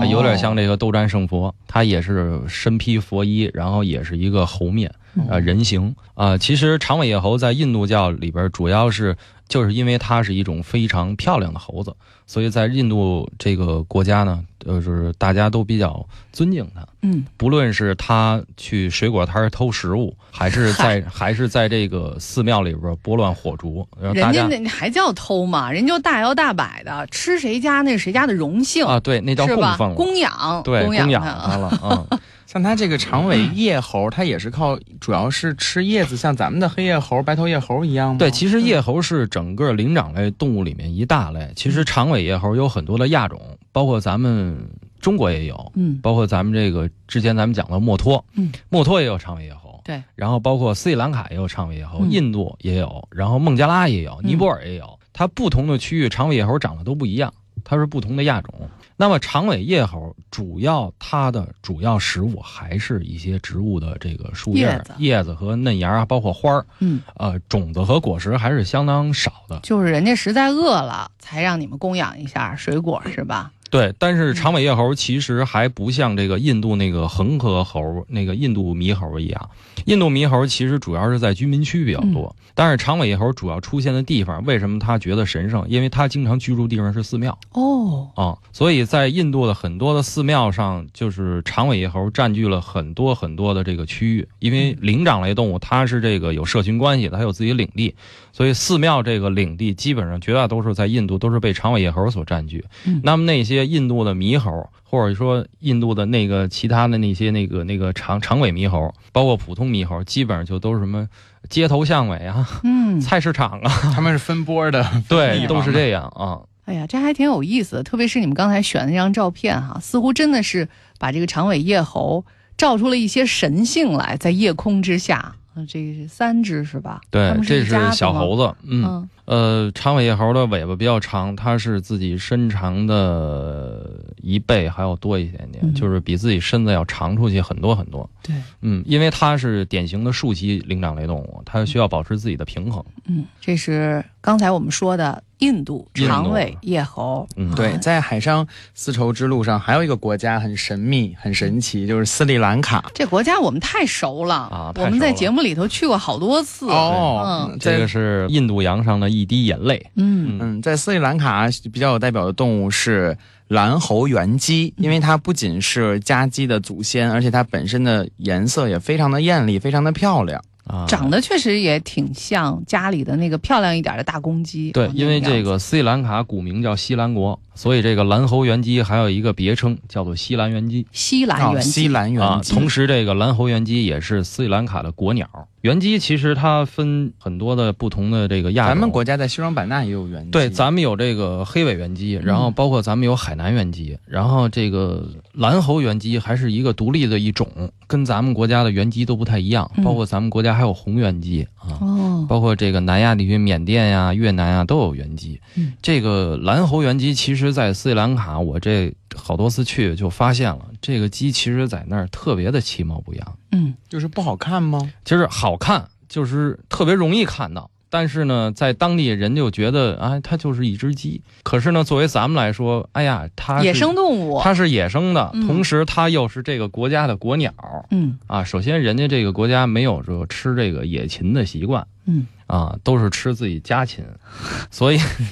A: 嗯
C: 哦
B: 有点像这个斗战胜佛，他也是身披佛衣，然后也是一个猴面
A: 嗯
B: 啊、呃人形啊、其实长尾野猴在印度教里边主要是。就是因为它是一种非常漂亮的猴子，所以在印度这个国家呢，呃，就是大家都比较尊敬它。
A: 嗯，
B: 不论是他去水果摊儿偷食物，还是 在还是在这个寺庙里边拨乱火烛，然后大
A: 人家
B: 家
A: 那你还叫偷吗？人就大摇大摆的吃谁家那是谁家的荣幸，
B: 啊，对，那叫
A: 是
B: 供
A: 吧？
B: 奉了，
A: 供养，
B: 对，供
A: 养
B: 养
A: 他。
B: 他了 啊。嗯
C: 像它这个长尾叶猴，它也是靠主要是吃叶子，像咱们的黑叶猴、白头叶猴一
A: 嗯
C: 样吗？
B: 对，其实叶猴是整个灵长类动物里面一大类，其
A: 嗯
B: 实长尾叶猴有很多的亚种，包括咱们中国也有，
A: 嗯，
B: 包括咱们这个之前咱们讲的墨脱，
A: 嗯，
B: 墨脱也有长尾野猴，
A: 对，
B: 然后包括斯里兰卡也有长尾野猴，
A: 嗯
B: 印度也有，然后孟加拉也有，
A: 嗯
B: 尼泊尔也有，它不同的区域长尾野猴长得都不一样。它是不同的亚种。那么长尾叶猴主要它的主要食物还是一些植物的这个树叶儿
A: 叶、子
B: 叶子和嫩芽儿啊，包括花儿，
A: 嗯，
B: 呃，种子和果实还是相当少的。
A: 就是人家实在饿了才让你们供养一下水果是吧？
B: 对，但是长尾叶猴其实还不像这个印度那个恒河猴、那个印度猕猴一样，印度猕猴其实主要是在居民区比较多，但是长尾叶猴主要出现的地方，为什么它觉得神圣？因为它经常居住地方是寺庙
A: 哦，
B: 啊、所以在印度的很多的寺庙上，就是长尾叶猴占据了很多很多的这个区域，因为灵长类动物它是这个有社群关系，它有自己领地，所以寺庙这个领地基本上绝大多数在印度都是被长尾叶猴所占据。
A: 嗯
B: 那么那些印度的猕猴，或者说印度的那个其他的那些那个那个长长尾猕猴，包括普通猕猴，基本上就都是什么街头巷尾啊、
A: 嗯，
B: 菜市场 啊，
C: 他们是分波的，
B: 对，
C: 地
B: 都
C: 方
B: 是
C: 嘛
B: 这样啊。
A: 哎呀，这还挺有意思的，特别是你们刚才选的那张照片哈，似乎真的是把这个长尾叶猴照出了一些神性来，在夜空之下，呃这个是三只是吧？它
B: 对
A: 们，
B: 这
A: 一家
B: 是
A: 子
B: 小
A: 吗
B: 猴子，嗯，
A: 嗯
B: 呃，长尾叶猴的尾巴比较长，它是自己身长的一倍还要多一点点，
A: 嗯
B: 就是比自己身子要长出去很多很多。
A: 对，
B: 嗯，因为它是典型的树栖灵长类动物，它需要保持自己的平衡。
A: 嗯，这是刚才我们说的印度
B: 印度
A: 长尾叶猴，
B: 嗯，
C: 对，在海上丝绸之路上还有一个国家很神秘、很神奇，就是斯里兰卡。
A: 这国家我们太熟了
B: 啊太
A: 我们在
B: 熟了
A: 节目里头去过好多次。
C: 哦，
B: 这
C: 在
B: 个是印度洋上的一滴眼泪。
A: 嗯，
B: 嗯
C: 嗯，在斯里兰卡比较有代表的动物是蓝喉原鸡，因为它不仅是家鸡的祖先，而且它本身的颜色也非常的艳丽，非常的漂亮。
B: 啊，
A: 长得确实也挺像家里的那个漂亮一点的大公鸡。
B: 对
A: 啊，
B: 因为这
A: 那样子
B: 个斯里兰卡古名叫西兰国，所以这个蓝喉原鸡还有一个别称叫做西兰原鸡。
A: 西兰
C: 哦，
A: 原
C: 西
A: 鸡，
C: 兰
B: 啊
C: 原，鸡，
B: 同时这个蓝喉原鸡也是斯里兰卡的国鸟。原鸡其实它分很多的不同的这个亚种，
C: 咱们国家在西双版纳也有原鸡。嗯
B: 对，咱们有这个黑尾原鸡，然后包括咱们有海南原鸡，然后这个蓝喉原鸡还是一个独立的一种，跟咱们国家的原鸡都不太一样。
A: 嗯
B: 包括咱们国家还有红原鸡啊，
A: 哦，
B: 包括这个南亚地区，缅甸呀、越南呀都有原鸡
A: 嗯。
B: 这个蓝喉原鸡，其实在斯里兰卡，我这好多次去就发现了，这个鸡其实在那儿特别的其貌不扬。
A: 嗯，
C: 就是不好看吗？
B: 就是好看，就是特别容易看到。但是呢，在当地人就觉得，哎，它就是一只鸡。可是呢，作为咱们来说，哎呀，它是
A: 野生，动物，
B: 它是野生的，
A: 嗯
B: 同时它又是这个国家的国鸟
A: 嗯
B: 啊。首先，人家这个国家没有说吃这个野禽的习惯
A: 嗯，
B: 啊，都是吃自己家禽，所以，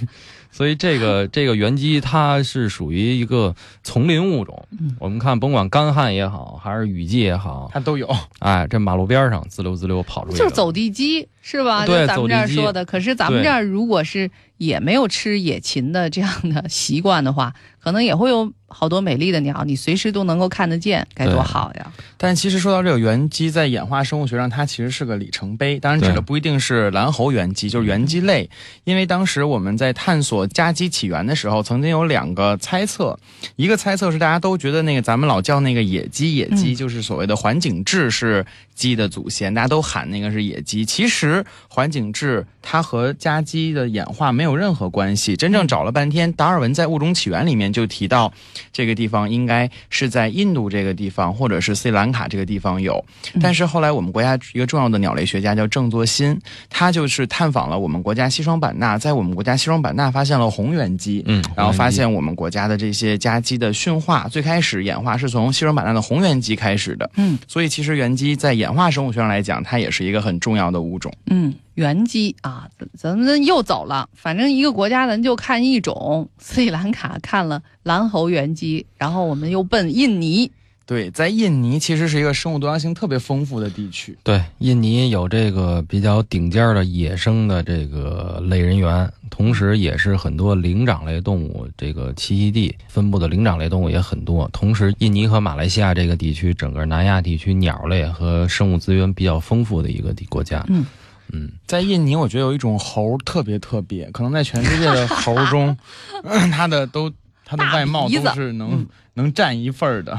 B: 所以这个这个原鸡它是属于一个丛林物种
A: 嗯。
B: 我们看，甭管干旱也好，还是雨季也好，
C: 它都有。
B: 哎，这马路边儿上滋溜滋溜跑出去，
A: 就是走地鸡是吧？
B: 啊对
A: 就咱们这儿
B: 走地鸡
A: 说的。可是咱们
B: 对
A: 这儿如果是也没有吃野禽的这样的 习惯的话，可能也会有好多美丽的鸟，你随时都能够看得见，该多
B: 对
A: 好呀！
C: 但其实说到这个原鸡，在演化生物学上，它其实是个里程碑。当然，指
B: 对
C: 的不一定是蓝喉原鸡，就是原鸡类。因为当时我们在探索家鸡起源的时候，曾经有两个猜测，一个猜测是大家都觉得那个咱们老叫那个野鸡，野鸡就是所谓的环景雉是鸡的祖先，大家都喊那个是野鸡。其实环景雉它和家鸡的演化没有任何关系。真正找了半天，达尔文在《物种起源》里面就提到，这个地方应该是在印度这个地方，或者是斯里兰卡这个地方有
A: 嗯。
C: 但是后来我们国家一个重要的鸟类学家叫郑作新，他就是探访了我们国家西双版纳，在我们国家西双版纳发现了红原鸡。
B: 嗯，
C: 然后
B: 红
C: 发
B: 原
C: 现我们国家的这些家鸡的驯化，最开始演化是从西双版纳的红原鸡开始的，
A: 嗯
C: 所以其实原鸡在演化生物学上来讲，它也是一个很重要的物种。
A: 嗯，原鸡啊，咱咱们又走了。反正一个国家咱就看一种，斯里兰卡看了蓝喉原鸡，然后我们又奔印尼，
C: 对，在印尼其实是一个生物多样性特别丰富的地区。
B: 对，印尼有这个比较顶尖儿的野生的这个类人猿，同时也是很多灵长类动物这个栖息地，分布的灵长类动物也很多。同时，印尼和马来西亚这个地区，整个南亚地区鸟类和生物资源比较丰富的一个地国家。
A: 嗯
B: 嗯
C: 在印尼，我觉得有一种猴儿特别特别，可能在全世界的猴儿 中，嗯它的都它的
A: 大
C: 外貌
A: 鼻子
C: 都是能、
A: 嗯
C: 能占一份儿的。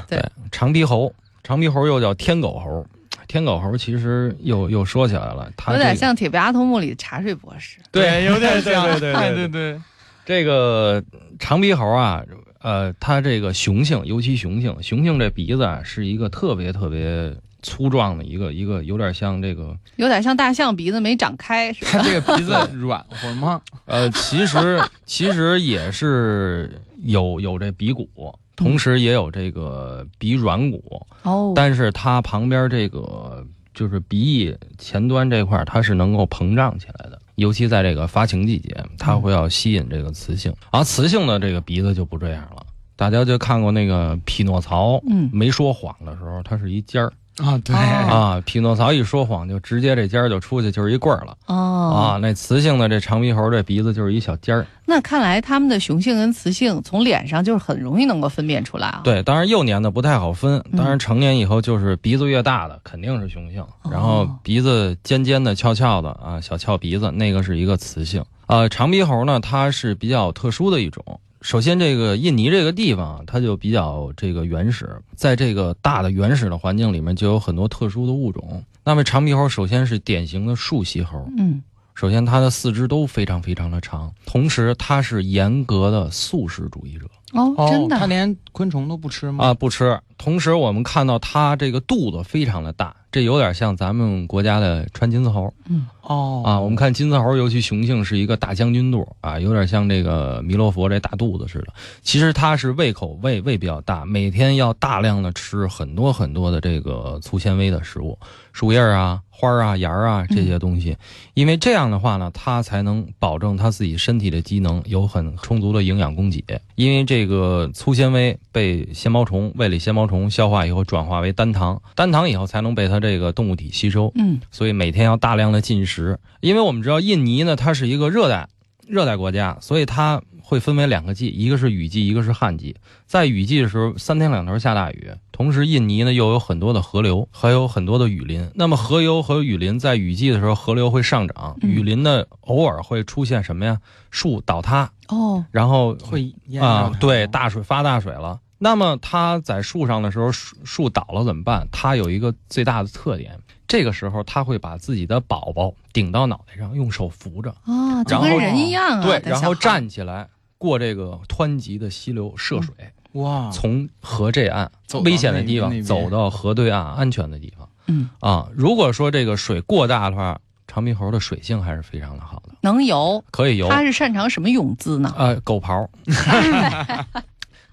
B: 长鼻猴，长鼻猴又叫天狗猴，天狗猴其实又又说起来了，它
A: 有
B: 这
A: 点
B: 个
A: 像《铁臂阿童木》里的茶水博士。
B: 对
C: 有点
B: 像对对
C: 像，
B: 对对
C: 哎对对
B: 这个长鼻猴啊，呃，它这个雄性，尤其雄性，雄性这鼻子啊，是一个特别特别粗壮的一个一个，有点像这个
A: 有点像大象鼻子没长开，是吧
C: 它这个鼻子软和吗？
B: 呃，其实 其实也是有有这鼻骨，同时也有这个鼻软骨，
A: 哦，
B: 但是它旁边这个就是鼻翼前端这块儿，它是能够膨胀起来的。尤其在这个发情季节，它会要吸引这个雌性，而雌性的这个鼻子就不这样了。大家就看过那个匹诺曹，
A: 嗯
B: 没说谎的时候，它是一尖儿
C: 啊，对
A: 哦
B: 啊。匹诺曹一说谎，就直接这尖儿就出去，就是一棍儿了
A: 哦
B: 啊。那雌性的这长鼻猴这鼻子就是一小尖儿，
A: 那看来它们的雄性跟雌性从脸上就是很容易能够分辨出来啊。，
B: 对，当然幼年的不太好分，
A: 嗯
B: 当然成年以后就是鼻子越大的肯定是雄性，然后鼻子尖尖的、翘翘的啊，小翘鼻子那个是一个雌性。呃，长鼻猴呢，它是比较特殊的一种。首先，这个印尼这个地方啊，它就比较这个原始，在这个大的原始的环境里面，就有很多特殊的物种。那么长鼻猴首先是典型的树栖猴，
A: 嗯，
B: 首先它的四肢都非常非常的长，同时它是严格的素食主义者。
A: 哦，真的
C: 它
A: 啊，
C: 连昆虫都不吃吗？
B: 啊，不吃。同时，我们看到它这个肚子非常的大，这有点像咱们国家的穿金丝猴
C: 哦
B: 啊。我们看金丝猴，尤其雄性是一个大将军肚啊，有点像这个弥勒佛这大肚子似的。其实它是胃口胃胃比较大，每天要大量的吃很多很多的这个粗纤维的食物，树叶啊、花啊、芽啊这些东西，因为这样的话呢，它才能保证它自己身体的机能有很充足的营养供给。因为这个粗纤维被纤毛虫、胃里纤毛虫消化以后，转化为单糖，单糖以后才能被它这个动物体吸收。
A: 嗯，
B: 所以每天要大量的进食。因为我们知道印尼呢，它是一个热带热带国家，所以它会分为两个季，一个是雨季，一个是旱季。在雨季的时候，三天两头下大雨，同时印尼呢又有很多的河流，还有很多的雨林。那么河流和雨林在雨季的时候，河流会上涨，
A: 嗯
B: 雨林呢偶尔会出现什么呀？树倒塌，
A: 哦，
B: 然后
C: 会淹
B: 啊
C: 着它，
B: 对，
C: 吗
B: 大水发大水了。那么它在树上的时候，树树倒了怎么办？它有一个最大的特点，这个时候它会把自己的宝宝顶到脑袋上，用手扶着，
A: 啊，就
B: 然后
A: 跟人一样啊，
B: 对，
A: 大
B: 然
A: 小
B: 后
A: 孩
B: 站起来过这个湍急的溪流
A: 嗯
B: 涉水，
C: 哇，
B: 从河这岸
C: 走到
B: 危险的地
C: 那
B: 方
C: 边
B: 走到河对岸安全的地方
A: 嗯，
B: 啊。如果说这个水过大的话，长鼻猴的水性还是非常的好的，
A: 能游，
B: 可以游。
A: 它是擅长什么泳姿呢？
B: 呃，狗刨。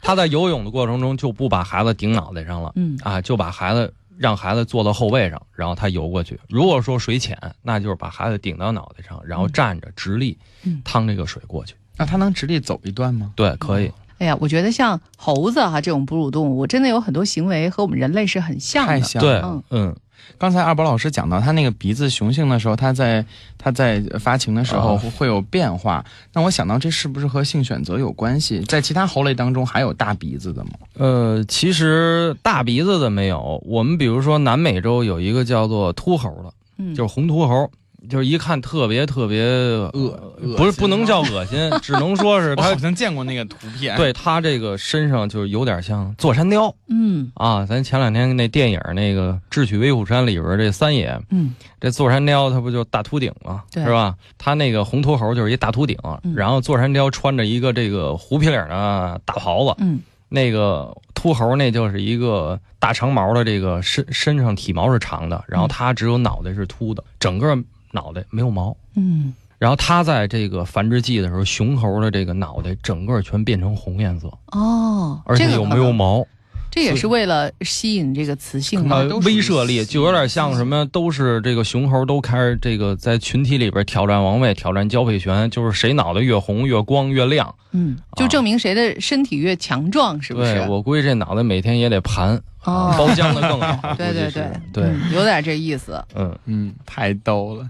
B: 他在游泳的过程中就不把孩子顶脑袋上了
A: 嗯，
B: 啊，就把孩子让孩子坐到后背上，然后他游过去。如果说水浅，那就是把孩子顶到脑袋上，然后站着直立
A: 嗯，
B: 趟这个水过去。
C: 那它能直立走一段吗？
B: 对，可以。
A: 哎呀，我觉得像猴子哈、这种哺乳动物，真的有很多行为和我们人类是很像
C: 太
A: 的。
C: 像
B: 对
C: 了。，
B: 嗯，
C: 刚才二宝老师讲到，它那个鼻子雄性的时候，它在它在发情的时候
B: 啊
C: 会会有变化。那我想到，这是不是和性选择有关系？在其他猴类当中，还有大鼻子的吗？
B: 呃，其实大鼻子的没有。我们比如说南美洲有一个叫做秃猴的，
A: 嗯，
B: 就是红秃猴，就是一看特别特别
C: 恶
B: 不是不能叫恶心，只能说是
C: 我
B: 它
C: 好像见过那个图片。
B: 对他这个身上就是有点像座山雕
A: 嗯
B: 啊，咱前两天那电影那个《智取威虎山》里边这三爷，
A: 嗯
B: 这座山雕它不就大秃顶吗？
A: 对
B: 是吧？他那个红秃猴就是一大秃顶，
A: 嗯
B: 然后座山雕穿着一个这个虎皮领的大袍子，
A: 嗯，
B: 那个秃猴那就是一个大长毛的，这个身身上体毛是长的，然后它只有脑袋是秃的，整个脑袋没有毛。
A: 嗯，
B: 然后它在这个繁殖季的时候，雄猴的这个脑袋整个全变成红颜色，
A: 哦，
B: 而且
A: 这个
B: 有
A: 可
B: 没有
A: 能？
B: 毛？
A: 这也是为了吸引这个雌性
C: 可
A: 吗？
B: 呃
C: 能都，属于
B: 威慑力
C: 雌
B: 就有点
A: 嗯
B: 像什么，都是这个雄猴都开始这个在群体里边挑战王位、挑战交配权，就是谁脑袋越红、越光、越亮。
A: 嗯，就
B: 啊
A: 证明谁的身体越强壮，是不是？
B: 对我估计这脑袋每天也得盘，啊
A: 哦
B: 包浆的更 好。
A: 对对
B: 估计是
A: 对
B: 对，
A: 嗯有点这意思。
B: 嗯，
C: 嗯，太逗了。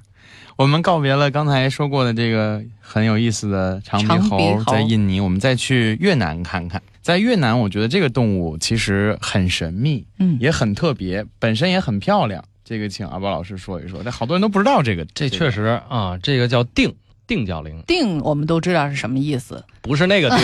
C: 我们告别了刚才说过的这个很有意思的长鼻
A: 长鼻
C: 猴
A: 猴，
C: 在印尼，我们再去越南看看。在越南，我觉得这个动物其实很神秘，
A: 嗯，
C: 也很特别，本身也很漂亮。这个请阿宝老师说一说，但好多人都不知道这个。
B: 这确实啊，这个叫定定角羚，
A: 定我们都知道是什么意思，
B: 不是那个定，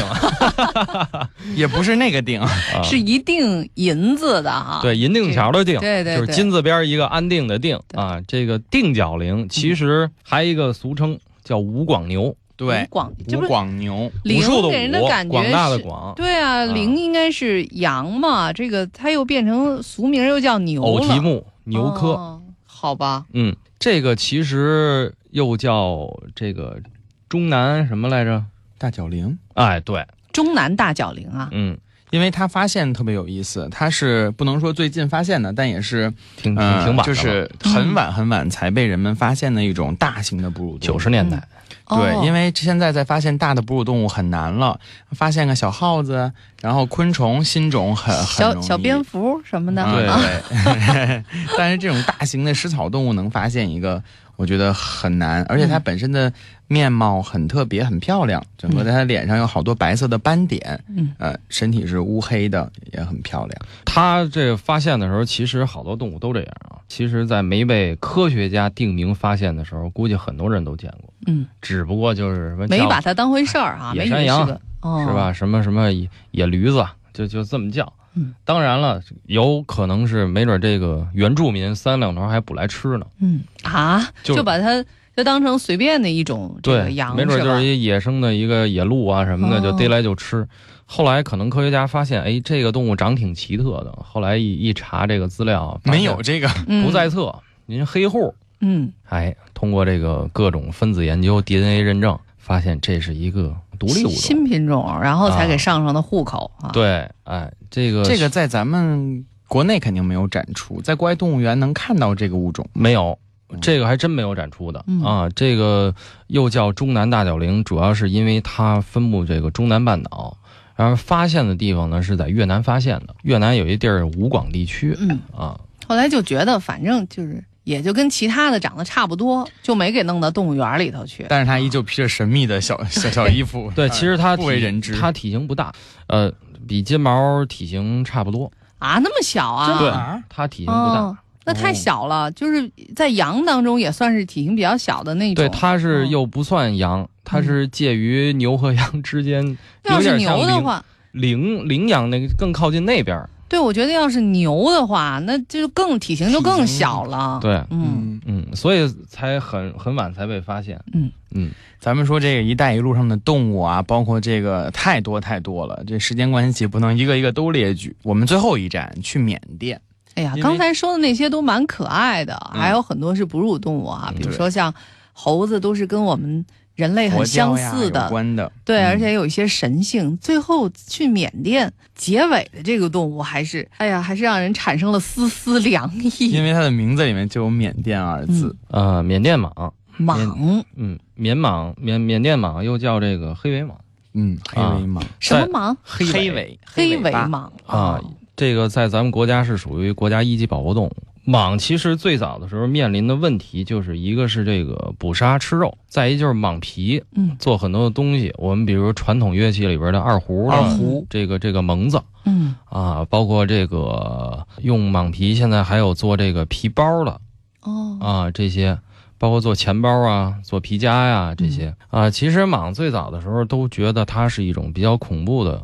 C: 这个也不是那个定，
B: 啊
A: 是一定银子的哈。
B: 对银锭桥的定。
A: 对对
B: 就是
A: 对，
B: 金字边一个安定的定
A: 对嗯
B: 啊，这个定角羚其实还有一个俗称叫五广牛，
C: 对
A: 吴广，嗯这
C: 吴
A: 不是
C: 广牛，
A: 零
B: 武术的
A: 给人的
B: 武
A: 感觉
B: 广大的
A: 是
B: 广，
A: 对啊，
B: 啊
A: 零应该是羊嘛，这个它又变成俗名又叫牛
B: 偶
A: 了，
B: 蹄目牛科，
A: 哦好吧，
B: 嗯，这个其实又叫这个中南什么来着？
C: 大脚羚。
B: 哎，对，
A: 中南大角羚啊，
B: 嗯，
C: 因为他发现特别有意思，他是不能说最近发现的，但也是
B: 挺挺
C: 嗯，
B: 挺晚的了，
C: 就是很晚很晚才被人们发现的一种大型的哺乳动
B: 九
C: 物。
B: 十年代，
A: 哦
C: 对，因为现在再发现大的哺乳动物很难了，发现个小耗子，然后昆虫新种很很
A: 小
C: 容易
A: 小蝙蝠什么
B: 嗯
A: 的，
C: 对
A: 啊
C: 对， 但是这种大型的食草动物能发现一个，我觉得很难，而且
B: 嗯
C: 它本身的面貌很特别，很漂亮，整
B: 嗯
C: 个在它脸上有好多白色的斑点，
A: 嗯，
C: 呃，身体是乌黑的，也很漂亮。
B: 他这发现的时候，其实好多动物都这样啊。其实，在没被科学家定名发现的时候，估计很多人都见过，
A: 嗯，
B: 只不过就是什么
A: 没
B: 叫
A: 把它当回事儿啊，没
B: 野
A: 以
B: 山
A: 为是
B: 羊
A: 个，哦，
B: 是？吧？什么什么野野驴子，就就这么叫。
A: 嗯，
B: 当然了，有可能是没准这个原住民三两头还捕来吃呢。
A: 嗯啊，
B: 就
A: 就把它就当成随便的一种这个
B: 对，
A: 羊，
B: 没准
A: 吧
B: 就是一野生的一个野鹿啊什么的，
A: 哦
B: 就逮来就吃。后来可能科学家发现，哎，这个动物长挺奇特的。后来一一查这个资料，发现
C: 没有这个，
A: 嗯
B: 不在册，您黑户。
A: 嗯
B: 哎，通过这个各种分子研究、DNA 认证，发现这是一个独立物种。
A: 新品种，然后才给
B: 啊
A: 上上的户口啊，，
B: 对，哎，这个
C: 这个在咱们国内肯定没有展出，在国外动物园能看到这个物种。
B: 没有
C: 嗯，
B: 这个还真没有展出的、
A: 嗯
B: 啊。这个又叫中南大角羚，主要是因为它分布这个中南半岛，然后发现的地方呢是在越南发现的。越南有一地儿武广地区
A: 嗯，
B: 啊，
A: 后来就觉得反正就是。也就跟其他的长得差不多，就没给弄到动物园里头去。
C: 但是它依旧披着神秘的小小小衣服，
B: 对，其实它
C: 哎不为人知
B: 它体型不大，呃，比金毛体型差不多，
A: 啊，那么小啊？
B: 对
C: 啊
B: 它体型不大。
A: 哦那太小了，就是在羊当中也算是体型比较小的那种。
B: 对，它是
C: 哦
A: 嗯
B: 又不算羊，它
C: 嗯
B: 是介于牛和羊之间，
A: 要
B: 有
A: 是
B: 点像
A: 牛的
B: 羚
A: 话，
B: 羚羚羊那个更靠近那边儿。
A: 对我觉得要是牛的话，那就更体型就更
C: 体型
A: 小了。，
B: 对，
A: 嗯，
C: 嗯，
B: 嗯，所以才很很晚才被发现。
A: 嗯
B: 嗯，
C: 咱们说这个“一带一路”上的动物啊，包括这个太多太多了，这时间关系不能一个一个都列举。我们最后一站去缅甸，
A: 哎呀
C: 因，为
A: 刚才说的那些都蛮可爱的，
C: 嗯
A: 还有很多是哺乳动物啊，
B: 嗯
A: 比如说像猴子，都是跟我们人类哎很
C: 国
A: 相
C: 交呀
A: 似
C: 有
A: 的，
C: 关的，
A: 对，
C: 嗯
A: 而且有一些神性。最后去缅甸结尾的这个动物，还是哎呀，还是让人产生了丝丝凉
C: 因
A: 意。
C: 为它的名字里面就有“缅甸”二字。
B: 呃，缅甸蟒，
A: 蟒，
B: 嗯，缅蟒，缅缅甸蟒又叫这个黑尾蟒，
C: 嗯，黑尾蟒，
A: 什么蟒？
B: 黑
C: 黑
B: 尾
C: 尾，
A: 黑尾
C: 巴
A: 蟒
B: 啊，这个在咱们国家是属于国家一级保护动物。蟒其实最早的时候面临的问题就是一个是这个捕杀吃肉，再一就是蟒皮
A: 嗯
B: 做很多的东西。我们比如传统乐器里边的二胡的
C: 二胡
B: 这个这个蒙子
A: 嗯，
B: 啊，包括这个用蟒皮，现在还有做这个皮包的，
A: 哦，
B: 啊，这些包括做钱包啊、做皮夹呀、这些啊，其实蟒最早的时候都觉得它是一种比较恐怖的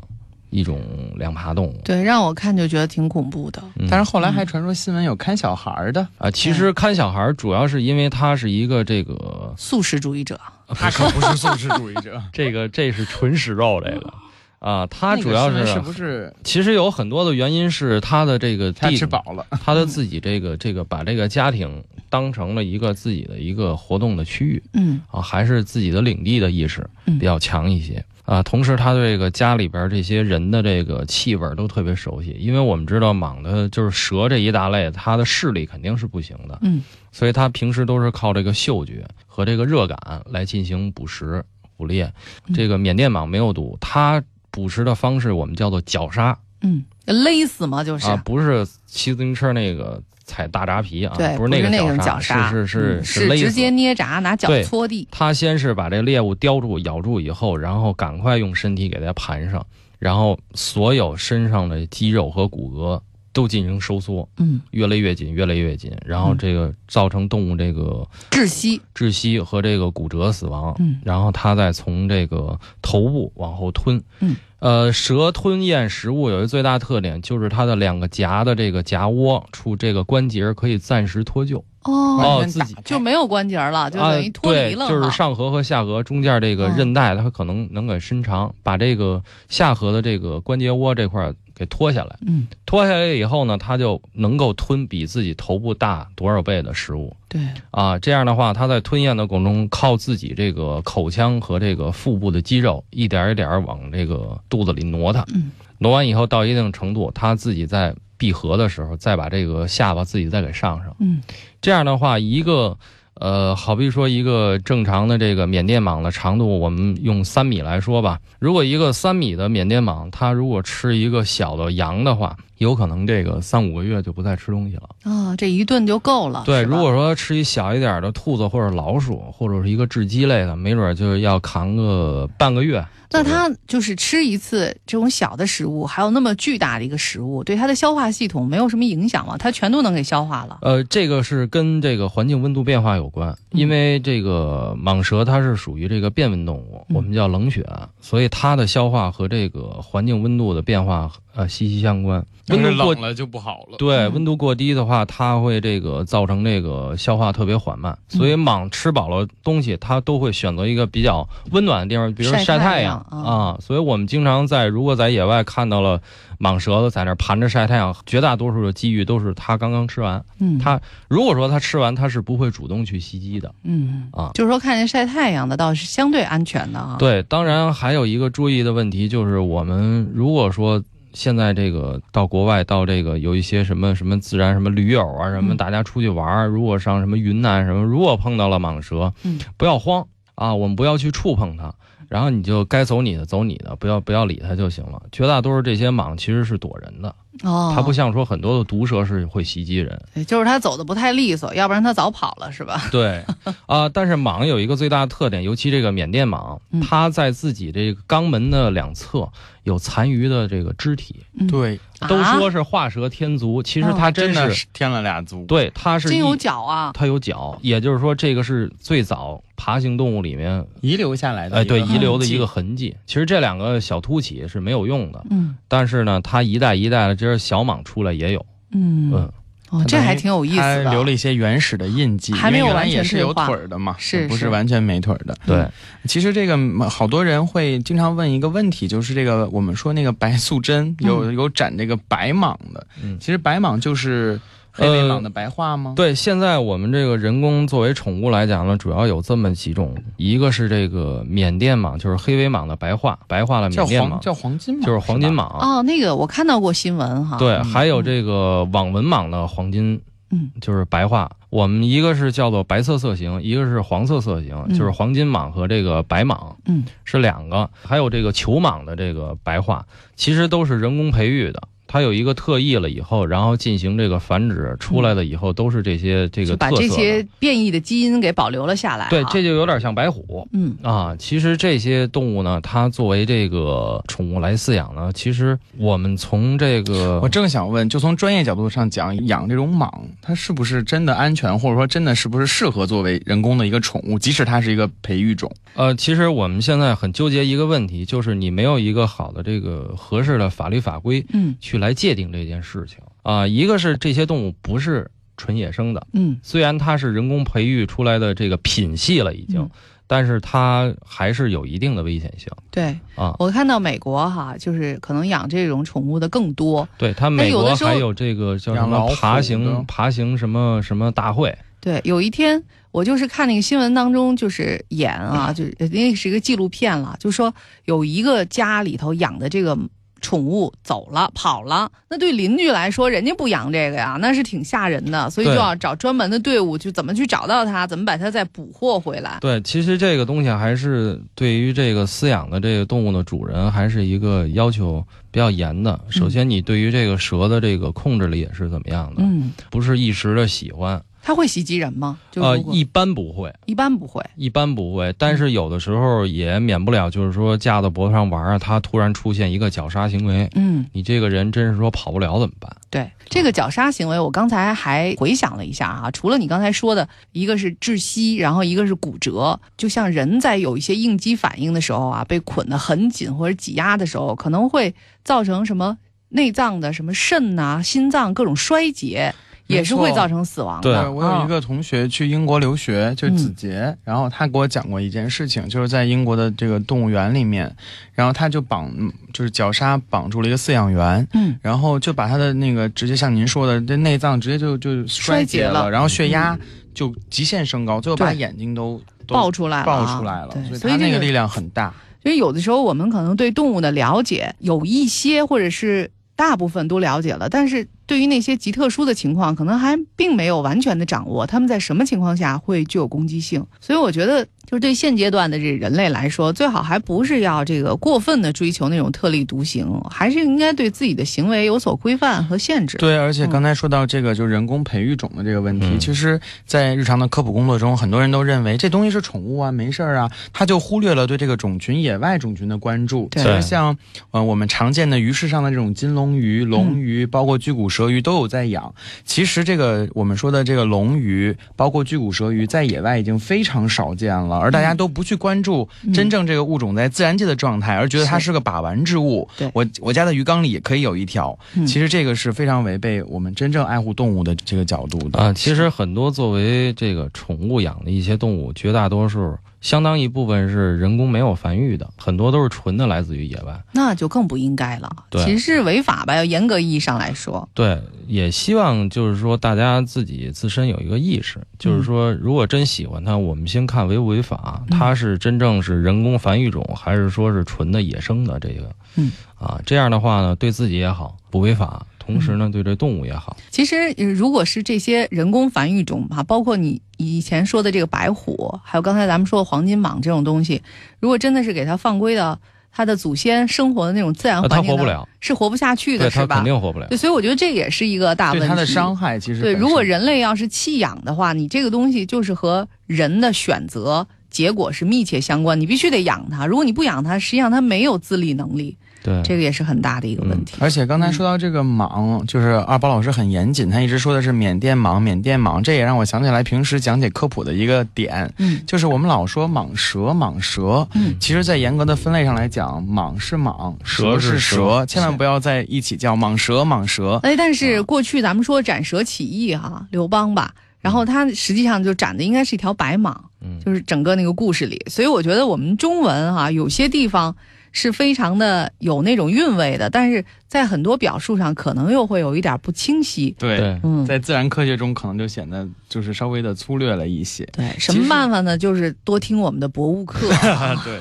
B: 一种两爬动物，
A: 对，让我看就觉得挺恐怖的。
B: 嗯
C: 但是后来还传说新闻有看小孩儿的，
B: 啊，其实看小孩儿主要是因为它是一个这个
A: 素食主义者，
C: 他可啊不是素食主义 者，
B: 这个这是纯食肉这个啊，它主要
C: 那
B: 是
C: 个新闻是不是
B: 其实有很多的原因是它的这个
C: 他
B: 地
C: 吃饱了？
B: 他的自己这个这个把这个家庭当成了一个自己的一个活动的区域，
A: 嗯
B: 啊，还是自己的领地的意识
A: 嗯
B: 比较强一些啊。同时，他对这个家里边这些人的这个气味儿都特别熟悉，因为我们知道蟒的就是蛇这一大类，它的视力肯定是不行的，
A: 嗯，
B: 所以它平时都是靠这个嗅觉和这个热感来进行捕食捕猎。
A: 嗯
B: 这个缅甸蟒没有毒，它捕食的方式我们叫做绞杀
A: 嗯，勒死嘛，就是、
B: 啊，不是骑自行车那个。踩大闸皮啊，
A: 对，
B: 不是
A: 那
B: 个
A: 种绞
B: 绞
A: 杀，
B: 是是
A: 嗯
B: 是勒
A: 直
B: 死
A: 接捏闸，拿脚
B: 对
A: 搓地。
B: 他先是把这猎物叼住、咬住以后，然后赶快用身体给它盘上，然后所有身上的肌肉和骨骼都进行收缩，
A: 嗯，
B: 越来越紧，越来越紧，然后这个造成动物这个
A: 窒息，
B: 窒息和这个骨折死亡，
A: 嗯
B: 然后它再从这个头部往后吞，
A: 嗯，
B: 呃，蛇吞咽食物有一个最大特点就是它的两个颊的这个颊窝处这这个关节可以暂时脱臼，
A: 哦，
C: 完
B: 哦
C: 全
B: 自己
C: 打开
A: 就没有关节了，就
B: 啊
A: 等于脱离了哈，嗯
B: 对，就是上颌和下颌中间这个韧带，它可能能给伸长，把这个下颌的这个关节窝这块儿给脱下来。
A: 嗯，
B: 脱下来以后呢，它就能够吞比自己头部大多少倍的食物
A: 对，
B: 啊。这样的话，它在吞咽的过程中，靠自己这个口腔和这个腹部的肌肉，一点儿一点儿往这个肚子里挪它。
A: 嗯，
B: 挪完以后到一定程度，它自己在闭合的时候，再把这个下巴自己再给上上。
A: 嗯
B: 这样的话，一个呃，好比说一个正常的这个缅甸蟒的长度，我们用三米来说吧。如果一个三米的缅甸蟒，它如果吃一个小的羊的话，有可能这个三五个月就不再吃东西了。
A: 啊、这一顿就够了，
B: 对，
A: 啊是吧
B: 如果说吃一小一点的兔子或者老鼠，或者是一个雉鸡类的，没准儿就是要扛个半个月。
A: 那它就是吃一次这种小的食物，还有那么巨大的一个食物，对它的消化系统没有什么影响吗？它全都能给消化了。
B: 呃，这个是跟这个环境温度变化有关，
A: 嗯
B: 因为这个蟒蛇它是属于这个变温动物，
A: 嗯
B: 我们叫冷血，所以它的消化和这个环境温度的变化呃息息相关。温
C: 就是
B: 度过
C: 冷了就不好了。
B: 对
A: 嗯
B: 温度过低的话，它会这个造成这个消化特别缓慢，所
A: 嗯
B: 以蟒吃饱了东西，它都会选择一个比较温暖的地方，比如
A: 晒
B: 晒
A: 太
B: 太
A: 阳啊
B: 啊。所以我们经常在如果在野外看到了蟒蛇子在那儿盘着晒太阳，绝大多数的机遇都是它刚刚吃完。
A: 嗯，
B: 它如果说它吃完，它是不会主动去袭击的
A: 嗯，
B: 啊。
A: 就是说看见晒太阳的倒是相对安全的啊。，
B: 对，当然还有一个注意的问题就是，我们如果说现在这个到国外到这个有一些什么什么自然什么驴友啊什么，
A: 嗯
B: 大家出去玩儿，如果上什么云南什么，如果碰到了蟒蛇，
A: 嗯
B: 不要慌啊，我们不要去触碰它。然后你就该走你的走你的，不要不要理它就行了。绝大多数这些蟒其实是躲人的，
A: 哦，
B: 它不像说很多的毒蛇是会袭击人。
A: 对，就是它走的不太利索，要不然它早跑了，是吧？
B: 对，啊、但是蟒有一个最大的特点，尤其这个缅甸蟒
A: 嗯，
B: 它在自己这个肛门的两侧有残余的这个肢体，
C: 对，
B: 都
A: 啊
B: 说是画蛇添足，其实它
C: 真
B: 真
C: 的
B: 是，
C: 是添了俩足。
B: 对，它是
A: 真有
B: 一
A: 脚啊。
B: 它有脚，也就是说，这个是最早爬行动物里面，
C: 呃遗留下来的，
B: 哎，对，遗留的
C: 痕迹
B: 一个痕迹。其实这两个小凸起是没有用的，
A: 嗯
B: 但是呢，它一代一代的，这是小蟒出来也有，
A: 嗯
B: 嗯，
A: 哦，这还挺有意思
C: 它
A: 的。
C: 留了一些原始的印记，
A: 还没有
C: 因为原
A: 完
C: 来
A: 全
C: 也是有
A: 退化
C: 腿儿的嘛，
A: 是
C: 不
A: 是
C: 是完全没腿儿的。
B: 对，
C: 其实这个嗯好多人会经常问一个问题，就是这个我们说那个白素贞
A: 嗯
C: 有有斩这个白蟒的，
B: 嗯
C: 其实白蟒就是黑尾
B: 呃
C: 蟒的白化吗？
B: 对，现在我们这个人工作为宠物来讲呢，主要有这么几种，一个是这个缅甸蟒，就是黑尾蟒的白化，白化了
C: 叫
B: 缅甸
C: 黄
B: 蟒，
C: 叫黄金蟒，
B: 就是黄金
C: 是吧。
B: 蟒。
A: 哦，那个我看到过新闻哈。
B: 啊对，
C: 嗯
B: 还有这个网纹蟒的黄金，
A: 嗯，
B: 就是白化。我们一个是叫做白色色型，一个是黄色色型，
A: 嗯
B: 就是黄金蟒和这个白蟒
A: 嗯
B: 是两个，还有这个球蟒的这个白化，其实都是人工培育的。它有一个特异了以后，然后进行这个繁殖，出来了以后都是这些这
A: 就
B: 个
A: 把
B: 特色
A: 这
B: 的。
A: 些变异的基因给保留了下来啊哈。
B: 对，这就有点像白虎
A: 嗯
B: 啊。其实这些动物呢，它作为这个宠物来饲养呢，其实我们从这个
C: 我正想问，就从专业角度上讲，养这种蟒，它是不是真的安全，或者说真的是不是适合作为人工的一个宠物，即使它是一个培育种？
B: 呃，其实我们现在很纠结一个问题，就是你没有一个好的这个合适的法律法规
A: 嗯
B: 去来界定这件事情啊。一个是这些动物不是纯野生的，
A: 嗯
B: 虽然它是人工培育出来的这个品系了已经，
A: 嗯
B: 但是它还是有一定的危险性
A: 对。
B: 啊。
A: 我看到美国哈，就是可能养这种宠物的更多，
B: 对，它
A: 那
B: 美
A: 有的
B: 国
A: 时候
B: 还有这个叫什
C: 养老
B: 么
C: 虎
B: 爬
C: 的
B: 行爬行什么什么大会，
A: 对，有一天我就是看那个新闻当中，就是演 啊，就是那是一个纪录片了，就说有一个家里头养的这个宠物走了跑了，那对邻居来说，人家不养这个呀，那是挺吓人的，所以就
B: 对
A: 要找专门的队伍，就怎么去找到它，怎么把它再捕获回来。
B: 对，其实这个东西还是对于这个饲养的这个动物的主人，还是一个要求比较严的。首先，你对于这个蛇的这个控制力也是怎么样的，
A: 嗯
B: 不是一时的喜欢，
A: 它会袭击人吗？就
B: 呃，
A: 如果
B: 一般不会，
A: 一般不会。
B: 一般不会，但是有的时候也免不了，就是说架到脖子上玩儿啊，他突然出现一个绞杀行为，
A: 嗯，
B: 你这个人真是说跑不了怎么办？
A: 对，这个绞杀行为，我刚才还回想了一下啊，除了你刚才说的，一个是窒息，然后一个是骨折，就像人在有一些应激反应的时候啊，被捆得很紧或者挤压的时候，可能会造成什么内脏的什么肾呐、心脏各种衰竭，也是会
C: 没错
A: 造成死亡
B: 对
A: 的。
C: 我有一
A: 啊
C: 个同学去英国留学，
A: 嗯
C: 就是子杰，然后他给我讲过一件事情，就是在英国的这个动物园里面，然后他就绑，就是绞杀绑住了一个饲养员，
A: 嗯，
C: 然后就把他的那个直接像您说的，这内脏直接就就衰竭
A: 衰竭了嗯
C: 然后血压就极限升高，最后把
A: 对
C: 眼睛都都
A: 爆出来了啊，
C: 爆出来了，
A: 对，
C: 所以他
A: 这
C: 那
A: 个
C: 个力量很大。
A: 所以有的时候我们可能对动物的了解有一些，或者是大部分都了解了，但是对于那些极特殊的情况，可能还并没有完全的掌握，他们在什么情况下会具有攻击性。所以我觉得，就是对现阶段的这人类来说，最好还不是要这个过分的追求那种特立独行，还是应该对自己的行为有所规范和限制。
C: 对，而且
A: 嗯
C: 刚才说到这个，就是人工培育种的这个问题，
B: 嗯
C: 其实，在日常的科普工作中，很多人都认为这东西是宠物啊，没事儿啊，他就忽略了对这个种群、野外种群的关注。
A: 对
C: 其实像，呃，我们常见的鱼市上的这种金龙鱼、
A: 嗯
C: 龙鱼，包括巨骨舌鱼都有在养。其实这个我们说的这个龙鱼，包括巨骨舌鱼，在野外已经非常少见了，而大家都不去关注
A: 嗯
C: 真正这个物种在自然界的状态，而觉得它
A: 是
C: 是个把玩之物。
A: 对
C: 我我家的鱼缸里也可以有一条。
A: 嗯
C: 其实这个是非常违背我们真正爱护动物的这个角度的
B: 啊，其实很多作为这个宠物养的一些动物，绝大多数相当一部分是人工没有繁育的，很多都是纯的来自于野外。
A: 那就更不应该了，
B: 对
A: 其实是违法吧？要严格意义上来说，
B: 对，也希望就是说大家自己自身有一个意识，就是说如果真喜欢它，我们先看违不违法，
A: 嗯
B: 它是真正是人工繁育种，还是说是纯的野生的这个？
A: 嗯，
B: 啊，这样的话呢，对自己也好，不违法，同时
A: 嗯
B: 呢，对这动物也好。
A: 其实，呃如果是这些人工繁育种哈，包括你以前说的这个白虎，还有刚才咱们说的黄金蟒这种东西，如果真的是给它放归到它的祖先生活的那种自然环
B: 那它
A: 境，
B: 呃活不，了，
A: 是活不下去
B: 对
A: 的，
B: 它
A: 是
B: 肯
A: 吧？
B: 定活不了。
A: 对，所以我觉得这也是一个啊大问题。
C: 对它的伤害其实
A: 对，
C: 本身
A: 如果人类要是弃养的话，你这个东西就是和人的选择结果是密切相关，你必须得养它。如果你不养它，实际上它没有自立能力，
B: 对，
A: 这个也是很大的一个问题。
C: 而且刚才说到这个蟒，就是二宝老师很严谨，他一直说的是缅甸蟒，缅甸蟒，这也让我想起来平时讲解科普的一个点，
A: 嗯
C: 就是我们老说蟒蛇，蟒蛇，
A: 嗯
C: 其实，在严格的分类上来讲，蟒是蟒，
B: 蛇是
C: 是
B: 蛇
C: 千万不要在一起叫蟒蛇，蟒蛇。
A: 哎，但是过去咱们说斩蛇起义哈、
B: 嗯
A: 刘邦吧，然后他实际上就斩的应该是一条白蟒，
B: 嗯
A: 就是整个那个故事里。所以我觉得我们中文哈、有些地方是非常的有那种韵味的，但是在很多表述上可能又会有一点不清晰。
C: 对，
B: 对，
A: 嗯，
C: 在自然科学中可能就显得就是稍微的粗略了一些。。
A: 对，什么办法呢？就是多听我们的博物课、啊
C: 对。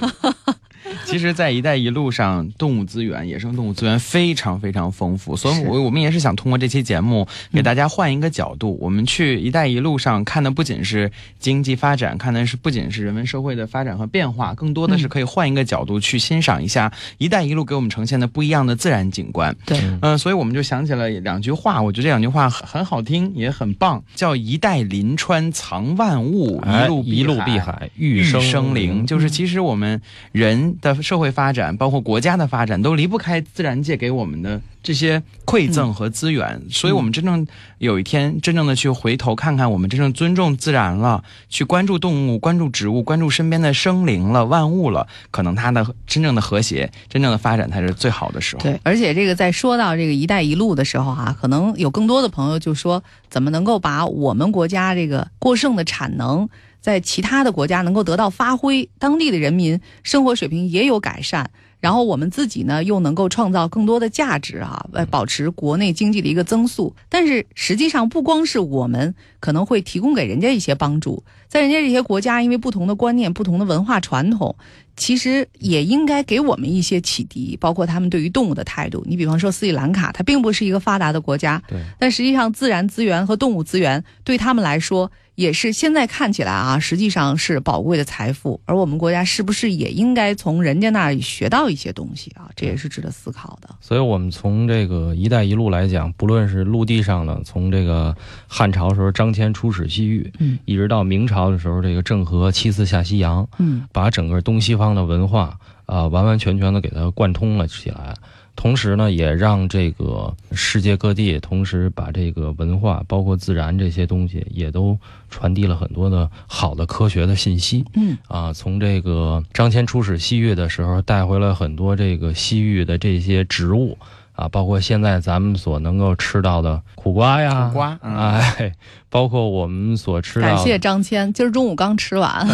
C: 其实，在“一带一路”上，动物资源、野生动物资源非常非常丰富，所以
A: 是
C: 我我们也是想通过这期节目给大家换一个角度。我们去“一带一路”上看的不仅是经济发展，看的是不仅是人文社会的发展和变化，更多的是
A: 嗯
C: 可以换一个角度去欣赏一下“一带一路”给我们呈现的不一样的自然景观。
A: 对，
C: 嗯、所以我们就想起了两句话，我觉得这两句话很很好听，也很棒，叫“一带临川藏万物，
B: 哎
C: 路
B: 一路碧
C: 海”。
B: 海，
C: 育
B: 玉
C: 生
B: 生
C: 灵，就是其实我们人的社会发展，包括国家的发展，都离不开自然界给我们的这些馈赠和资源。所以，我们真正有一天真正的去回头看看，我们真正尊重自然了，去关注动物、关注植物、关注身边的生灵了、万物了，可能它的真正的和谐、真正的发展才是最好的时候。
A: 对，而且这个在说到这个“一带一路”的时候哈、啊可能有更多的朋友就说，怎么能够把我们国家这个过剩的产能，在其他的国家能够得到发挥，当地的人民生活水平也有改善，然后我们自己呢又能够创造更多的价值啊，
C: 嗯
A: 呃，保持国内经济的一个增速。但是实际上，不光是我们可能会提供给人家一些帮助，在人家这些国家，因为不同的观念、不同的文化传统，其实也应该给我们一些启迪，包括他们对于动物的态度。你比方说斯里兰卡，它并不是一个发达的国家，
B: 对，
A: 但实际上自然资源和动物资源对他们来说也是现在看起来啊，实际上是宝贵的财富。而我们国家是不是也应该从人家那里学到一些东西啊？这也是值得思考的。
B: 所以，我们从这个“一带一路”来讲，不论是陆地上的，从这个汉朝时候张骞出使西域，
A: 嗯
B: 一直到明朝的时候，这个郑和七次下西洋，
A: 嗯
B: 把整个东西方的文化啊、完完全全的给它贯通了起来。同时呢，也让这个世界各地，同时把这个文化，包括自然这些东西，也都传递了很多的好的科学的信息。
A: 嗯
B: 啊，从这个张骞出使西域的时候，带回了很多这个西域的这些植物啊，包括现在咱们所能够吃到的苦瓜呀，
C: 苦瓜嗯
B: 哎，包括我们所吃到的
A: 感谢张骞，今儿中午刚吃完。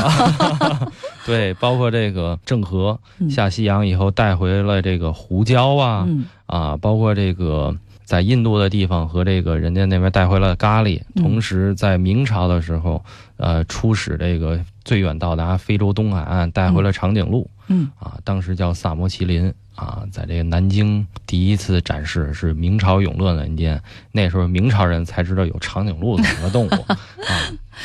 B: 对，包括这个郑和
A: 嗯
B: 下西洋以后带回了这个胡椒啊、
A: 嗯
B: 啊，包括这个。在印度的地方和这个人家那边带回了咖喱，
A: 嗯
B: 同时在明朝的时候，呃，出使这个最远到达非洲东海岸，带回了长颈鹿。
A: 嗯
B: 啊，当时叫萨摩麒麟啊，在这个南京第一次展示是明朝永乐年间，那时候明朝人才知道有长颈鹿这么个 动物啊。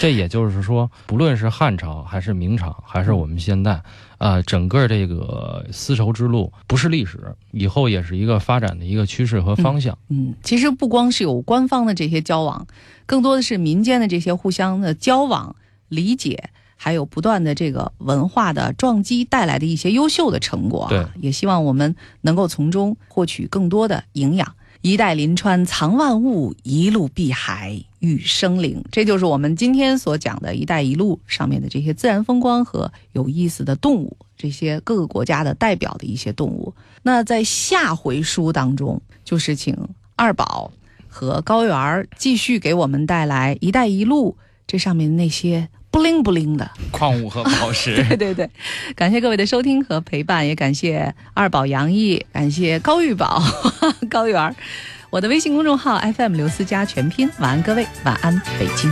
B: 这也就是说，不论是汉朝还是明朝，还是我们现在，啊，整个这个丝绸之路不是历史，以后也是一个发展的一个趋势和方向。
A: 嗯，其实不光是有官方的这些交往，更多的是民间的这些互相的交往、理解，还有不断的这个文化的撞击带来的一些优秀的成果、啊。
B: 对，
A: 也希望我们能够从中获取更多的营养。一代临川藏万物，一路碧海育生灵。这就是我们今天所讲的“一带一路”上面的这些自然风光和有意思的动物，这些各个国家的代表的一些动物。那在下回书当中，就是请二宝和高原儿继续给我们带来“一带一路”这上面那些不灵不灵的。
C: 矿物和宝石。
A: 对对对，感谢各位的收听和陪伴，也感谢二宝杨毅，感谢高玉宝 高原儿。我的微信公众号 FM 刘思佳全拼，晚安各位，晚安北京。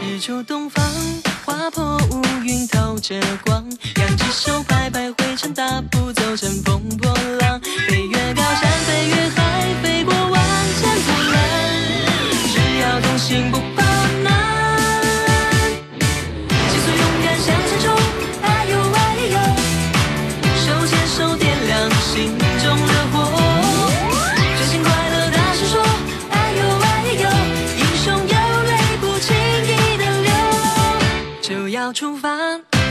D: 日出东方，划破乌云透着光，两只手拍拍灰尘，大步走，乘风破浪，飞越高山，飞越海，飞过万千阻拦，只要同行不怕难，极速勇敢向前冲，哎呦哎呦，手牵手点亮心中的火，追星快乐大声说，哎呦哎呦，英雄有泪不轻易的流，就要出发，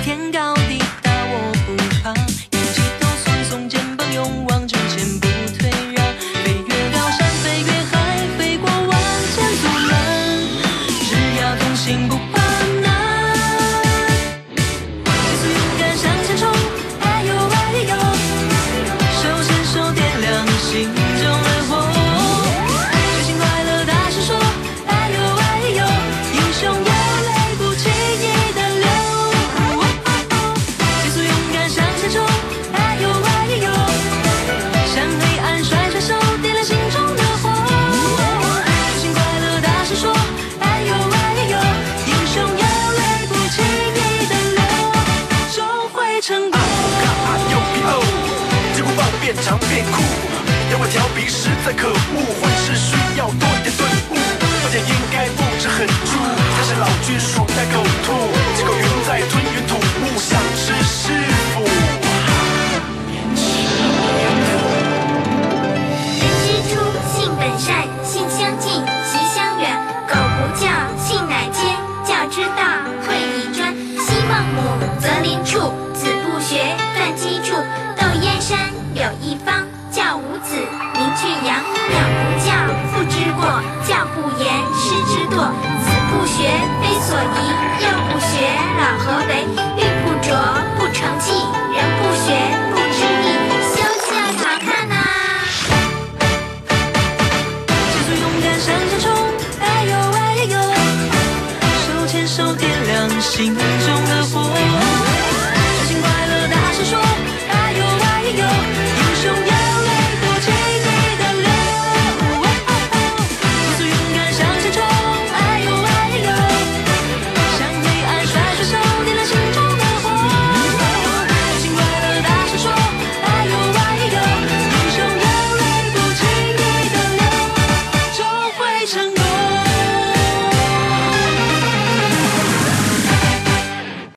D: 天高地大我不怕，一起都耸耸肩膀，勇往直前不退让，飞越高山，飞越海，飞过万千阻拦，只要同行不怕难。极速勇敢向前冲，哎呦哎呦，手牵手点亮心中的火，追星快乐大声说，哎呦哎呦，英雄有泪不轻易的流。极速勇敢向前冲，哎呦哎呦，向黑暗甩甩手，点亮心中的火，追星快乐大声说，哎呦哎呦，英雄有泪不轻易的流，终会成功。
E: 嘎啊又皮哦，结果棒变长变酷，摇滚调皮实在可恶，混世需要多一点顿悟，发现应该不止很猪，他是老君属在狗兔，结果云在吞云吐雾，想吃是否？
F: 人之初，性本善，性相近，习相远。 苟不教，性乃迁。教之道，贵以专。昔孟母，择邻处，子不学，断机杼。窦燕山有一方，教五子，名俱扬。鸟不教，父之过；教不严，师之惰。子不学，非所宜；幼不学，老何为？玉不琢，不成器；人不学，不知义。休息要常看呐、
D: 极速勇敢向前冲，哎呦哎呦，手牵手点亮心中